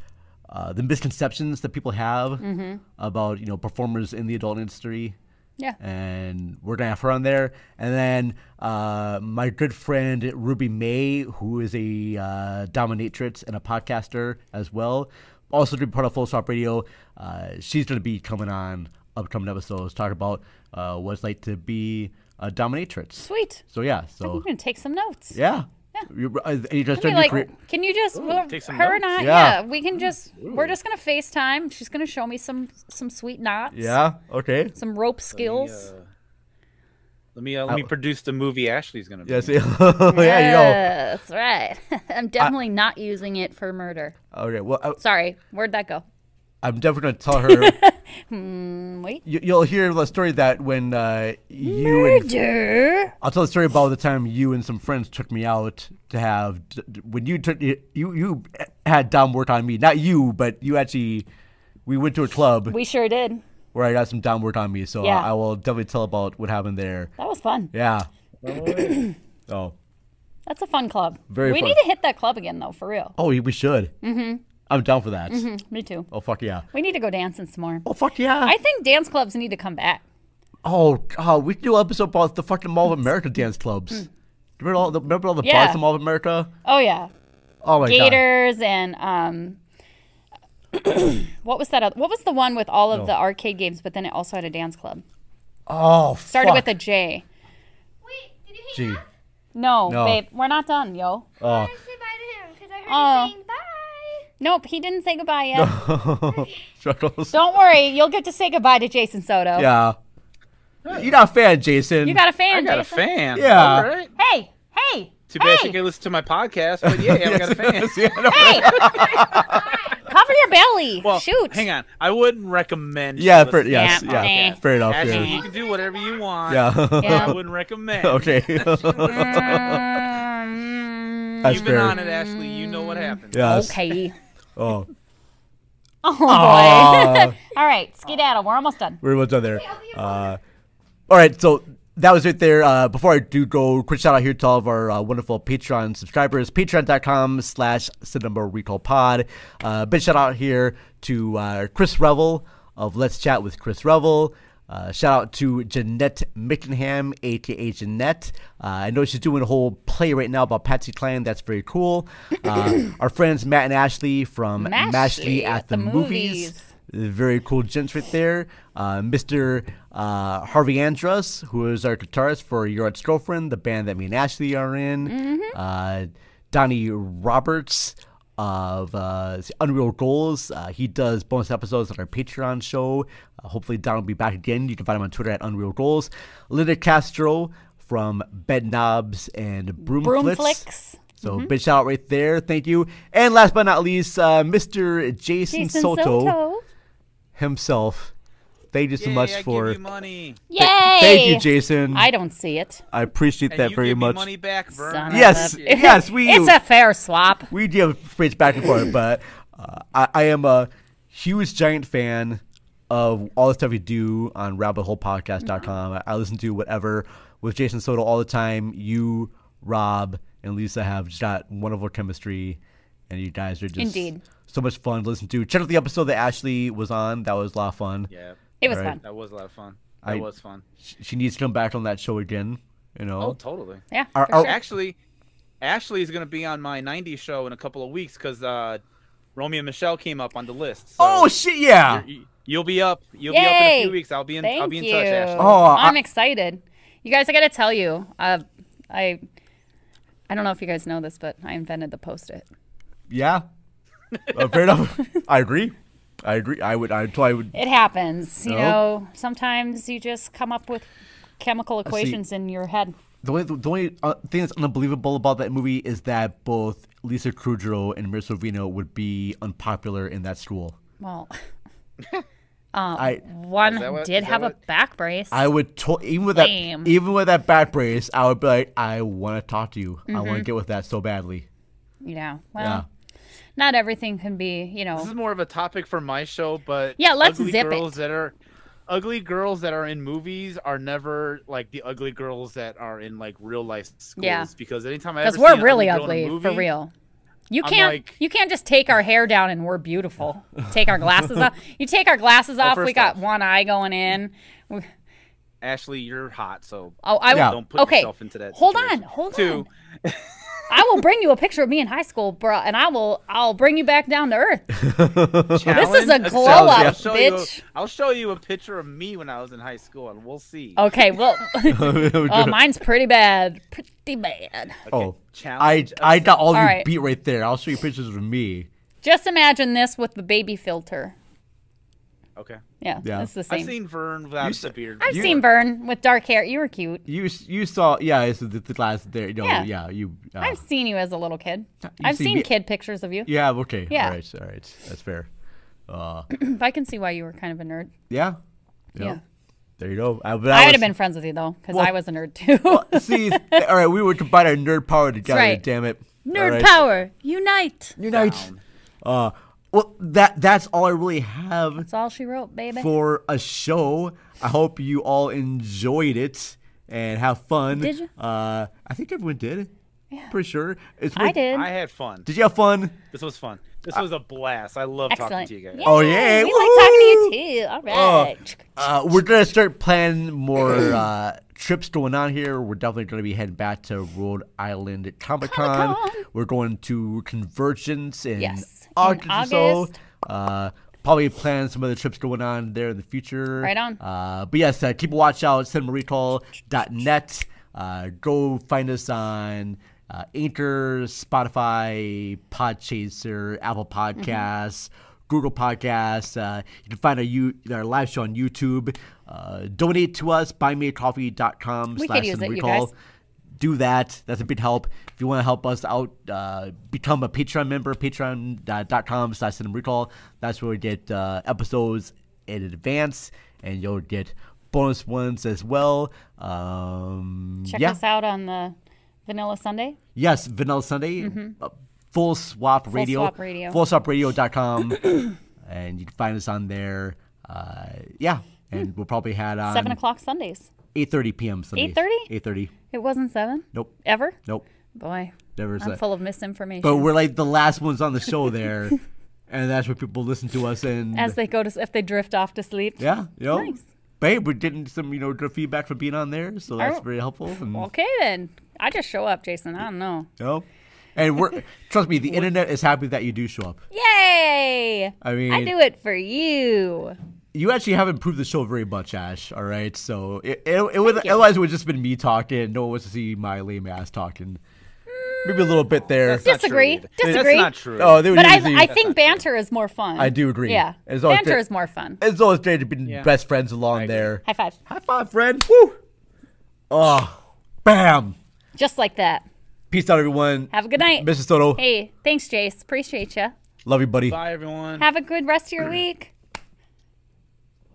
uh, the misconceptions that people have
Mhm.
about you know performers in the adult industry.
Yeah.
and we're gonna have her on there, and then uh, my good friend Ruby May, who is a uh, dominatrix and a podcaster as well, also to be part of Full Swap Radio. Uh, she's gonna be coming on upcoming episodes, talk about uh, what it's like to be a dominatrix.
Sweet.
So yeah,
I'm
so
gonna take some notes.
Oh. yeah, You- uh, you just
I'd be
started your
like,
career-
can you just well,
take some
her and
notes.
I? Yeah.
Yeah.
we can just. We're just gonna FaceTime. She's gonna show me some some sweet knots.
Yeah. Okay.
Some rope
uh,
skills.
Let me uh, let me produce the movie Ashley's gonna. Be
Yes.
in.
yeah.
That's right. I'm definitely not using it for murder.
You know. Okay. Well, uh, I,
Sorry, where'd that go?
I'm definitely gonna tell her.
Hmm, wait.
You, you'll hear the story that when uh, you and
Murder?
I'll tell the story about the time you and some friends took me out to have d- d- when you took you you had Dom work on me, not you, but you actually we went to a club
We sure did.
where I got some Dom work on me. So
Yeah.
I will definitely tell about what happened there.
That was fun.
Yeah. oh.
That's a fun club.
Very
we
fun.
need to hit that club again though, for real.
Oh, we should.
Mhm.
I'm down for that.
Mhm. Me too.
Oh fuck yeah.
We need to go dancing some more.
Oh fuck yeah.
I think dance clubs need to come back.
Oh, God, we do an episode about the fucking Mall of America dance clubs. Remember all the remember all the
Hmm. Yeah.
bars in Mall of America?
Oh yeah.
Oh my god.
Gators and um what was that oth- what was the one with all of
No.
the arcade games but then it also had a dance club?
Oh,
Started
fuck.
with a J.
Gee.
No,
No.
babe, we're not done, yo.
Oh.
Oh. Nope, he didn't say goodbye yet.
Chuckles.
Don't worry, you'll get to say goodbye to Jason Soto.
Yeah. You're not a fan, Jason.
You got a fan,
I got a
Jason.
fan.
Yeah.
All right.
Hey, hey,
Too bad she can listen to my podcast, but yeah, I got a fan.
cover your belly.
Well,
Shoot.
Hang on, I wouldn't recommend.
Yeah,
you
fair-
listen to
yes,
my
yeah,
podcast.
yeah, fair enough,
Ashley,
yeah.
you can do whatever you want.
Yeah.
but I wouldn't recommend.
Okay. That's
You've been
fair.
on it, Ashley. You know what happened.
Yes.
Okay.
Oh,
Oh boy.
Aw.
All right, skedaddle. We're almost done.
we're almost done there. Uh, all right, so that was it there. Uh, before I do go, quick shout out here to all of our uh, wonderful Patreon subscribers, patreon.com slash cinema recall pod. Uh, big shout out here to uh, Chris Revel of Let's Chat with Chris Revel. Uh, shout out to Jeanette Mickenham, aka Jeanette. Uh, I know she's doing a whole play right now about Patsy Cline. That's very cool. Uh, our friends Matt and Ashley from
Mashley
Mashley at, the,
Movies.
movies. Very cool gents right there. Uh, Mr. Uh, Harvey Andrus, who is our guitarist for Your Ex Girlfriend, the band that me and Ashley are in. Uh, Donnie Roberts of uh, Unreal Goals. Uh, he does bonus episodes on our Patreon show. Uh, hopefully, Don will be back again. You can find him on Twitter at Unreal Goals. Linda Castro from Bed Knobs and Broomflix. Mm-hmm.
Broomflix.
So, big shout out right there. Thank you. And last but not least, uh, Mr. Jason,
Jason
Soto,
Soto.
himself. Thank you so much
I
for.
give you money.
Yay!
thank you, Jason.
I don't see it.
I appreciate
And
that
you
very
give me
much.
money back, Vern.
Son of
Yes,
a-
yes, we.
It's a fair swap.
We do have fridge back and forth, but uh, I, I am a huge giant fan of all the stuff you do on rabbitholepodcast.com. I, I listen to whatever with Jason Soto all the time. You, Rob, and Lisa have just got wonderful chemistry, and you guys are just
Indeed.
so much fun to listen to. Check out the episode that Ashley was on. That was a lot of fun.
Yeah.
It was
All
fun.
That was a lot of fun. That
I-
was fun.
sh- She needs to come back on that show again. You know.
Oh, totally.
Yeah,
Our- for our- sure.
Actually, Ashley is going to be on my 90s show in a couple of weeks because uh, Romeo and Michelle came up on the list. so
Oh, shit, yeah.
you're- You'll be up. You'll be up in a
Yay.
few weeks. I'll be in.
Thank
I'll be in
you.
touch, Ashley.
Oh, I-
I'm excited. You guys, I gotta tell you, uh, I, I don't know if you guys know this, but I invented the post-it.
Yeah. Uh, fair enough. I agree. I agree. I would. I, I would.
It happens, you
No.
know. Sometimes you just come up with chemical
see.
equations in your head.
The only, the only uh, thing that's unbelievable about that movie is that both Lisa Kudrow and Marissa Vino would be unpopular in that school.
Well,
Oh,
I-
one
Is that what-
did
is that
have a
what-
back brace.
I would to- even with
Lame.
that even with that back brace, I would be like, I want to talk to you. I want to
Mm-hmm.
Mhm.
get with that so badly.
you know, well,
Yeah.
not everything can be, you know.
This is more of a topic for my show, but
Yeah, let's
ugly
zip it.
girls that are ugly girls that are in movies are never like the ugly girls that are in like real life schools
Yeah.
because anytime I
Because
ever
we're
see an
really
girl in a
ugly for
movie-
real. You
I'm
can't
like-
you can't just take our hair down and we're beautiful. Take our glasses off. You take our glasses
Well,
off. We
first
got one eye going in. We-
Ashley, you're hot, so
Oh, I will.
don't put
okay.
yourself into that.
Hold on. Hold
Two,
on. I will bring you a picture of me in high school, bro, and I will I'll bring you back down to earth. This is a
Challenge
glow
accepted.
up,
I'll show you a-
bitch.
I'll show you a picture of me when I was in high school, and we'll see.
Okay, well, oh, mine's pretty bad. Pretty bad.
Oh, I
challenge
I got all,
All
you
right.
beat right there. I'll show you pictures of me.
Just imagine this with the baby filter.
Okay.
Yeah,
Yeah.
it's the
I've
same.
I've seen Vern without
s-
the beard.
I've
you-
seen Vern with dark hair. You were cute.
You s- you saw yeah, it's the, the glass there. No,
Yeah.
yeah, you. Uh,
I've seen you as a little kid.
You've
I've
seen
seen
me-
kid pictures of you.
yeah, okay.
Yeah.
All right, all right. That's fair. Uh,
I can see why you were kind of a nerd.
yeah.
Yeah.
There you go. Uh, I,
I, would have been friends with you though, because
Well-
I was a nerd too.
See, th- all right, we would combine our nerd power together.
right.
Damn it. All
nerd
right.
power, unite!
Unite. Uh, well, that that's all I really have
That's all she wrote, baby.
for a show. I hope you all enjoyed it and have fun.
Did you?
Uh, I think everyone did. Yeah. Pretty sure. It's
I did.
I had fun.
Did you have fun?
This was fun. This was a blast. I love talking
Excellent.
to you guys.
Oh, yeah.
We like talking to you too. All right.
Uh, we're gonna start planning more uh, trips going on here. We're definitely gonna be heading back to Rhode Island Comic Con. We're going to Convergence in
Yes, in
August. Or so.
August.
Uh, probably plan some other trips going on there in the future.
Right on.
Uh, but yes, uh, keep a watch out. CinemaRecall.net. Uh, go find us on. Uh, Anchor, Spotify, Podchaser, Apple Podcasts,
Mm-hmm.
Google Podcasts. Uh, you can find our, you, our live show on YouTube. Uh, donate to us, buymeacoffee.com
We could
slash
use it, you
recall.
guys.
Do that. That's a big help. If you want to help us out, uh, become a Patreon member, patreon.com slash cinema recall. That's where we get uh, episodes in advance, and you'll get bonus ones as well. Um,
Check
yeah.
us out on the Vanilla Sunday.
Yes, Vanilla Sunday.
Mhm.
uh, Full Swap Radio.
Swap Radio.
FullSwapRadio.com. and you can find us on there. Uh, yeah. And we'll probably had on
Hmm. Seven o'clock Sundays.
8.30 p.m. Sunday.
8:30?
8.30.
It wasn't seven.
Nope.
Ever.
Nope.
Boy.
Never
I'm
said.
full of misinformation.
But we're like the last ones on the show there. and that's where people listen to us. And
as they go to if they drift off to sleep.
Yeah. You know,
Nice.
Babe, we're getting some, you know, good feedback for being on there. So that's
Alright.
very helpful. And,
Oh. Okay then. I just show up, Jason. I don't know.
you know, and we're, trust me, the internet is happy that you do show up.
Yay!
I mean-
I do it for you.
you actually have improved the show very much, Ash. All right, so it, it, it would otherwise it would just been me talking. No one wants to see my lame ass talking. Maybe a little bit there.
That's not Disagree. true either. That's Disagree. not true.
Oh, they would
but I,
usually,
I think banter is more fun.
I do agree.
Yeah,
It's always
banter
fair-
is more fun.
It's always great to be
Yeah.
best friends along there.
High five.
High five, friend. Woo! Oh, bam!
Just like that.
Peace out, everyone.
Have a good night,
Mrs. Soto.
Hey, thanks, Jace. Appreciate you.
Love you, buddy.
Bye, everyone.
Have a good rest of your week.